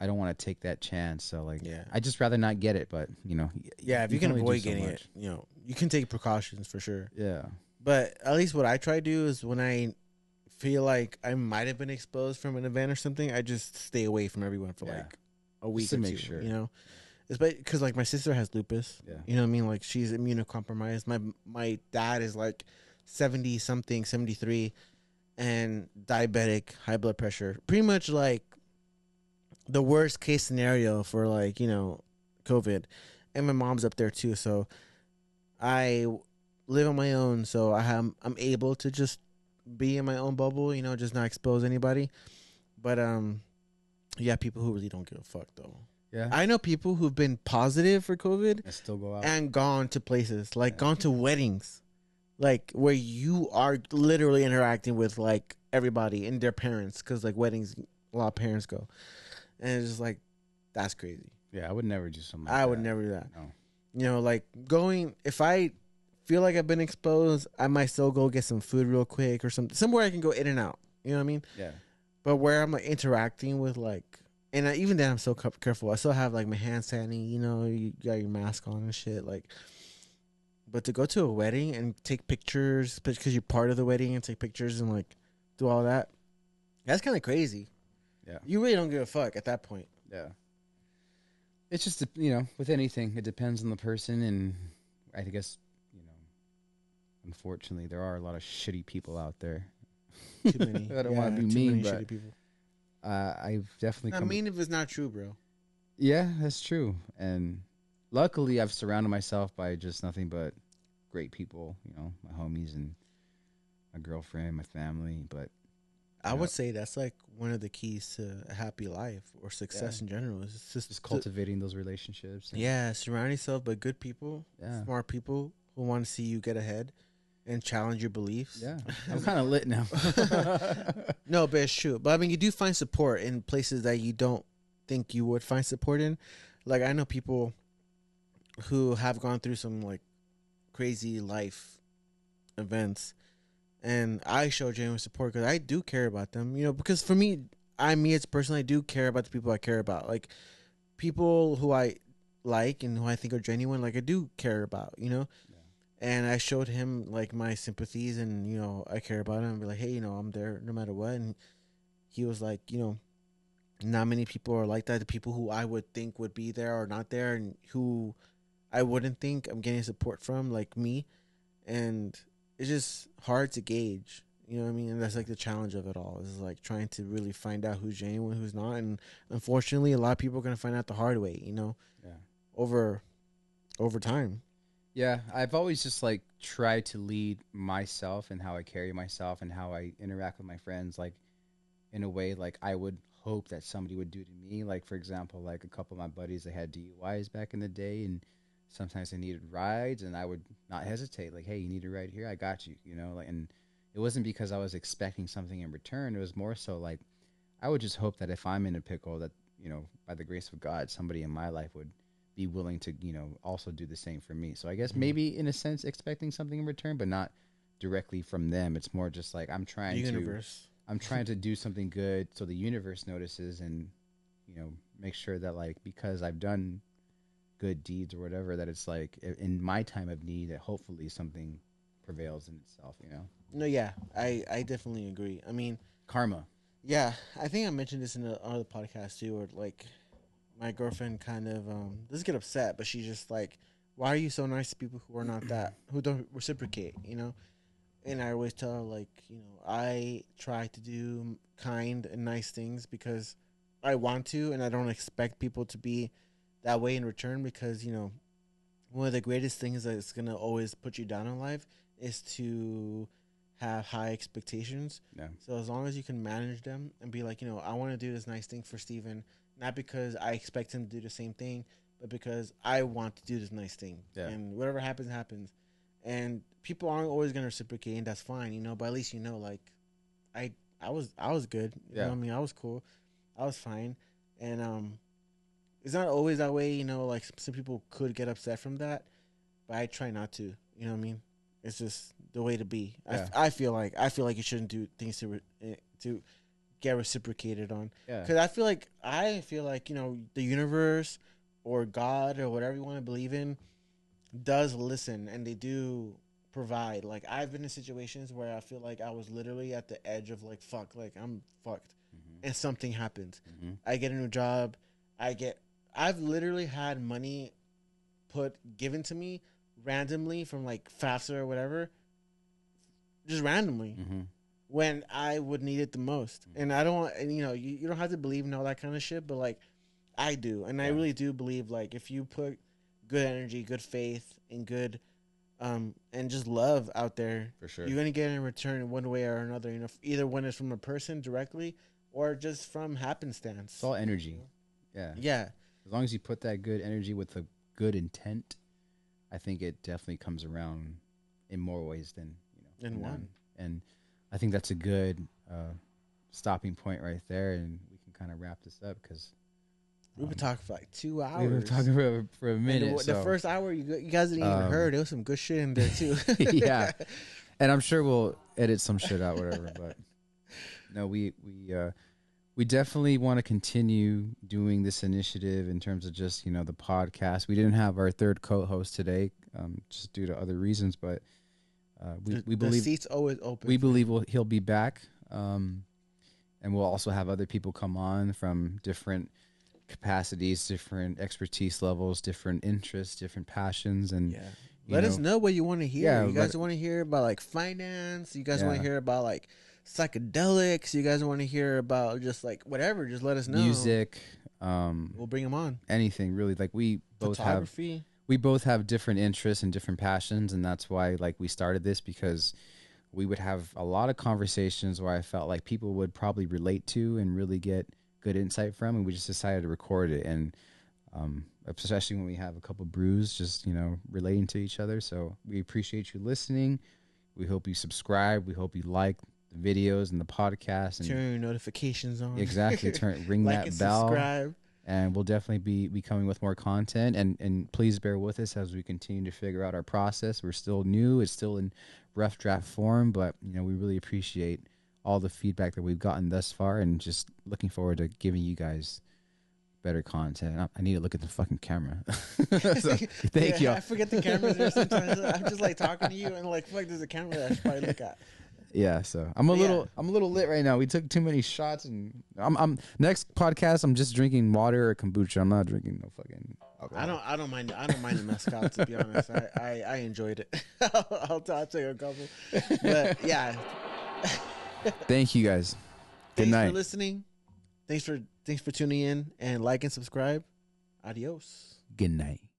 Speaker 1: i don't want to take that chance so like
Speaker 2: Yeah.
Speaker 1: i just rather not get it but you know y-
Speaker 2: Yeah, if you, can,
Speaker 1: only do
Speaker 2: avoid
Speaker 1: so
Speaker 2: getting
Speaker 1: much.
Speaker 2: it, you know, you can take precautions for sure.
Speaker 1: yeah
Speaker 2: But at least what I try to do is when I feel like I might have been exposed from an event or something, I just stay away from everyone for
Speaker 1: Yeah.
Speaker 2: like a week
Speaker 1: to
Speaker 2: or
Speaker 1: make
Speaker 2: two,
Speaker 1: sure.
Speaker 2: You know, because like my sister has lupus.
Speaker 1: yeah
Speaker 2: You know what I mean? Like she's immunocompromised. My my dad is like seventy something, seventy three, and diabetic, high blood pressure. Pretty much like the worst case scenario for like you know COVID, and my mom's up there too. So I live on my own, so I am I'm able to just be in my own bubble. You know, just not expose anybody. But um, yeah, people who really don't give a fuck though.
Speaker 1: yeah
Speaker 2: I know people who've been positive for COVID
Speaker 1: I still go out
Speaker 2: and gone to places like
Speaker 1: Yeah.
Speaker 2: gone to weddings like where you are literally interacting with like everybody and their parents because like weddings a lot of parents go and it's just like that's crazy
Speaker 1: yeah i would never do something like
Speaker 2: i would
Speaker 1: that.
Speaker 2: never do that
Speaker 1: No.
Speaker 2: you know like going if i feel like i've been exposed i might still go get some food real quick or something somewhere i can go in and out you know what i mean
Speaker 1: yeah
Speaker 2: but where i'm like, interacting with like and I, even then i'm so cu- careful i still have like my hand sanitizer you know you got your mask on and shit like but to go to a wedding and take pictures because you're part of the wedding and take pictures and like do all that that's kind of crazy
Speaker 1: Yeah.
Speaker 2: you really don't give a fuck at that point
Speaker 1: yeah it's just you know with anything it depends on the person and i guess you know unfortunately there are a lot of shitty people out there
Speaker 2: too many
Speaker 1: i don't
Speaker 2: yeah,
Speaker 1: want to be
Speaker 2: too
Speaker 1: mean
Speaker 2: many
Speaker 1: but
Speaker 2: shitty people
Speaker 1: uh, i've definitely
Speaker 2: not
Speaker 1: come
Speaker 2: mean if it's not true bro
Speaker 1: Yeah, that's true. And luckily, I've surrounded myself by just nothing but great people. You know, my homies and my girlfriend, my family. But
Speaker 2: i
Speaker 1: Yep.
Speaker 2: would say that's like one of the keys to a happy life or success in general is it's just,
Speaker 1: just
Speaker 2: to-
Speaker 1: cultivating those relationships. and-
Speaker 2: yeah surround yourself by good people
Speaker 1: yeah,
Speaker 2: smart people who want to see you get ahead and challenge your beliefs.
Speaker 1: yeah. I'm kind of lit now.
Speaker 2: No, but it's true. But I mean, you do find support in places that you don't think you would find support in. Like I know people who have gone through some like crazy life events and I show genuine support because I do care about them. You know, because for me, I me as a person, I do care about the people I care about. Like people who I like and who I think are genuine, like I do care about. You know,
Speaker 1: Yeah.
Speaker 2: and I showed him like my sympathies and you know I care about him. And be like, hey, you know, I'm there no matter what. And he was like, you know, not many people are like that. The people who I would think would be there are not there, and who I wouldn't think I'm getting support from, like me. And it's just hard to gauge. You know what I mean? And that's like the challenge of it all is like trying to really find out who's genuine, who's not. And unfortunately, a lot of people are going to find out the hard way, you know,
Speaker 1: Yeah.
Speaker 2: over over time.
Speaker 1: Yeah, I've always just like tried to lead myself and how I carry myself and how I interact with my friends, like in a way like I would hope that somebody would do to me. Like for example, like a couple of my buddies, they had DUIs back in the day, and sometimes they needed rides, and I would not hesitate, like, "Hey, you need a ride here? I got you," you know. Like, and it wasn't because I was expecting something in return. It was more so like I would just hope that if I'm in a pickle, that you know, by the grace of God, somebody in my life would be willing to you know also do the same for me so i guess
Speaker 2: Mhm.
Speaker 1: maybe in a sense expecting something in return but not directly from them it's more just like i'm
Speaker 2: The
Speaker 1: trying to
Speaker 2: universe.
Speaker 1: i'm trying to do something good so the universe notices and you know make sure that like because i've done good deeds or whatever that it's like i- in my time of need that hopefully something prevails in itself you know
Speaker 2: No, yeah, I, I definitely agree. I mean,
Speaker 1: karma
Speaker 2: Yeah, I think I mentioned this in the other podcast too, where like my girlfriend kind of um, doesn't get upset, but she's just like, "Why are you so nice to people who are not that who don't reciprocate?" You know. And I always tell her like, you know, I try to do kind and nice things because I want to, and I don't expect people to be that way in return because you know one of the greatest things that's gonna always put you down in life is to have high expectations
Speaker 1: no
Speaker 2: so as long as you can manage them and be like, you know, I want to do this nice thing for Steven, not because I expect him to do the same thing, but because I want to do this nice thing.
Speaker 1: Yeah.
Speaker 2: And whatever happens, happens. And people aren't always gonna reciprocate, and that's fine, you know. But at least you know, like, I I was I was good. You know
Speaker 1: Yeah.
Speaker 2: what I mean, I was cool, I was fine, and um, it's not always that way, you know. Like some people could get upset from that, but I try not to. You know what I mean? It's just the way to be.
Speaker 1: Yeah.
Speaker 2: I, I feel like I feel like you shouldn't do things to re, eh, to get reciprocated on
Speaker 1: yeah
Speaker 2: because I feel like I feel like you know the universe or God or whatever you want to believe in does listen and they do provide. Like I've been in situations where I feel like I was literally at the edge of like fuck, like I'm fucked,
Speaker 1: mm-hmm.
Speaker 2: and something happens.
Speaker 1: Mm-hmm.
Speaker 2: I get a new job. I get. I've literally had money put given to me randomly from like FAFSA or whatever, just randomly
Speaker 1: Mm-hmm.
Speaker 2: when I would need it the most.
Speaker 1: Mhm.
Speaker 2: And I don't. want- And you know, you, you don't have to believe in all that kind of shit, but like, I do, and I
Speaker 1: Yeah.
Speaker 2: really do believe like if you put good energy, good faith, and good, um, and just love out there,
Speaker 1: for sure
Speaker 2: you're gonna get in return one way or another. You know, either when it's from a person directly or just from happenstance.
Speaker 1: it's all energy yeah
Speaker 2: Yeah,
Speaker 1: As long as you put that good energy with a good intent, I think it definitely comes around in more ways than you know
Speaker 2: Than one.
Speaker 1: And I think that's a good uh, stopping point right there, and we can kind of wrap this up because
Speaker 2: we've been talking for like two hours.
Speaker 1: Um, we've been talking for for a
Speaker 2: And the-
Speaker 1: minute.
Speaker 2: the,
Speaker 1: so-
Speaker 2: first hour, you, go- you guys didn't even
Speaker 1: Um,
Speaker 2: hear. There was some good shit in there too.
Speaker 1: Yeah. and I'm sure we'll edit some shit out, whatever. But no, we we uh, we definitely want to continue doing this initiative in terms of just you know the podcast. We didn't have our third co-host today, um, just due to other reasons, but uh, we
Speaker 2: The-
Speaker 1: we
Speaker 2: the
Speaker 1: believe
Speaker 2: seats always open.
Speaker 1: we believe we'll, he'll be back, um, and we'll also have other people come on from different capacities, different expertise levels, different interests, different passions, and
Speaker 2: yeah.
Speaker 1: you
Speaker 2: Let us know what you want to hear.
Speaker 1: Yeah,
Speaker 2: you guys
Speaker 1: let-
Speaker 2: want to hear about like finance. You guys want to
Speaker 1: Yeah.
Speaker 2: hear about like psychedelics. You guys want to hear about just like whatever. Just let us know.
Speaker 1: music. Um,
Speaker 2: We'll bring them on.
Speaker 1: anything really like we both have
Speaker 2: Photography.
Speaker 1: we both have different interests and different passions and that's why like we started this because we would have a lot of conversations where i felt like people would probably relate to and really get good insight from and we just decided to record it and um, especially when we have a couple brews just you know relating to each other so we appreciate you listening we hope you subscribe we hope you like the videos and the podcast and
Speaker 2: Turn your notifications on.
Speaker 1: exactly turn ring
Speaker 2: like
Speaker 1: that
Speaker 2: and
Speaker 1: bell
Speaker 2: subscribe.
Speaker 1: and we'll definitely be be coming with more content and and please bear with us as we continue to figure out our process we're still new it's still in rough draft form but you know we really appreciate all the feedback that we've gotten thus far and just looking forward to giving you guys better content i, I need to look at the fucking camera So, thank
Speaker 2: Yeah,
Speaker 1: you
Speaker 2: I forget the cameras there sometimes. I'm just like talking to you and like, fuck, there's a camera that I should probably look at.
Speaker 1: Yeah, so I'm a
Speaker 2: But yeah.
Speaker 1: little I'm a little lit right now. We took too many shots, and I'm I'm next podcast. I'm just drinking water or kombucha. I'm not drinking no fucking. Alcohol.
Speaker 2: I don't. I don't mind. I don't mind the mezcal. to be honest, I, I, I enjoyed it. I'll, I'll touch a couple, but yeah.
Speaker 1: Thank you guys. Good
Speaker 2: thanks
Speaker 1: night.
Speaker 2: for listening. Thanks for thanks for tuning in and like and subscribe. Adios.
Speaker 1: Good night.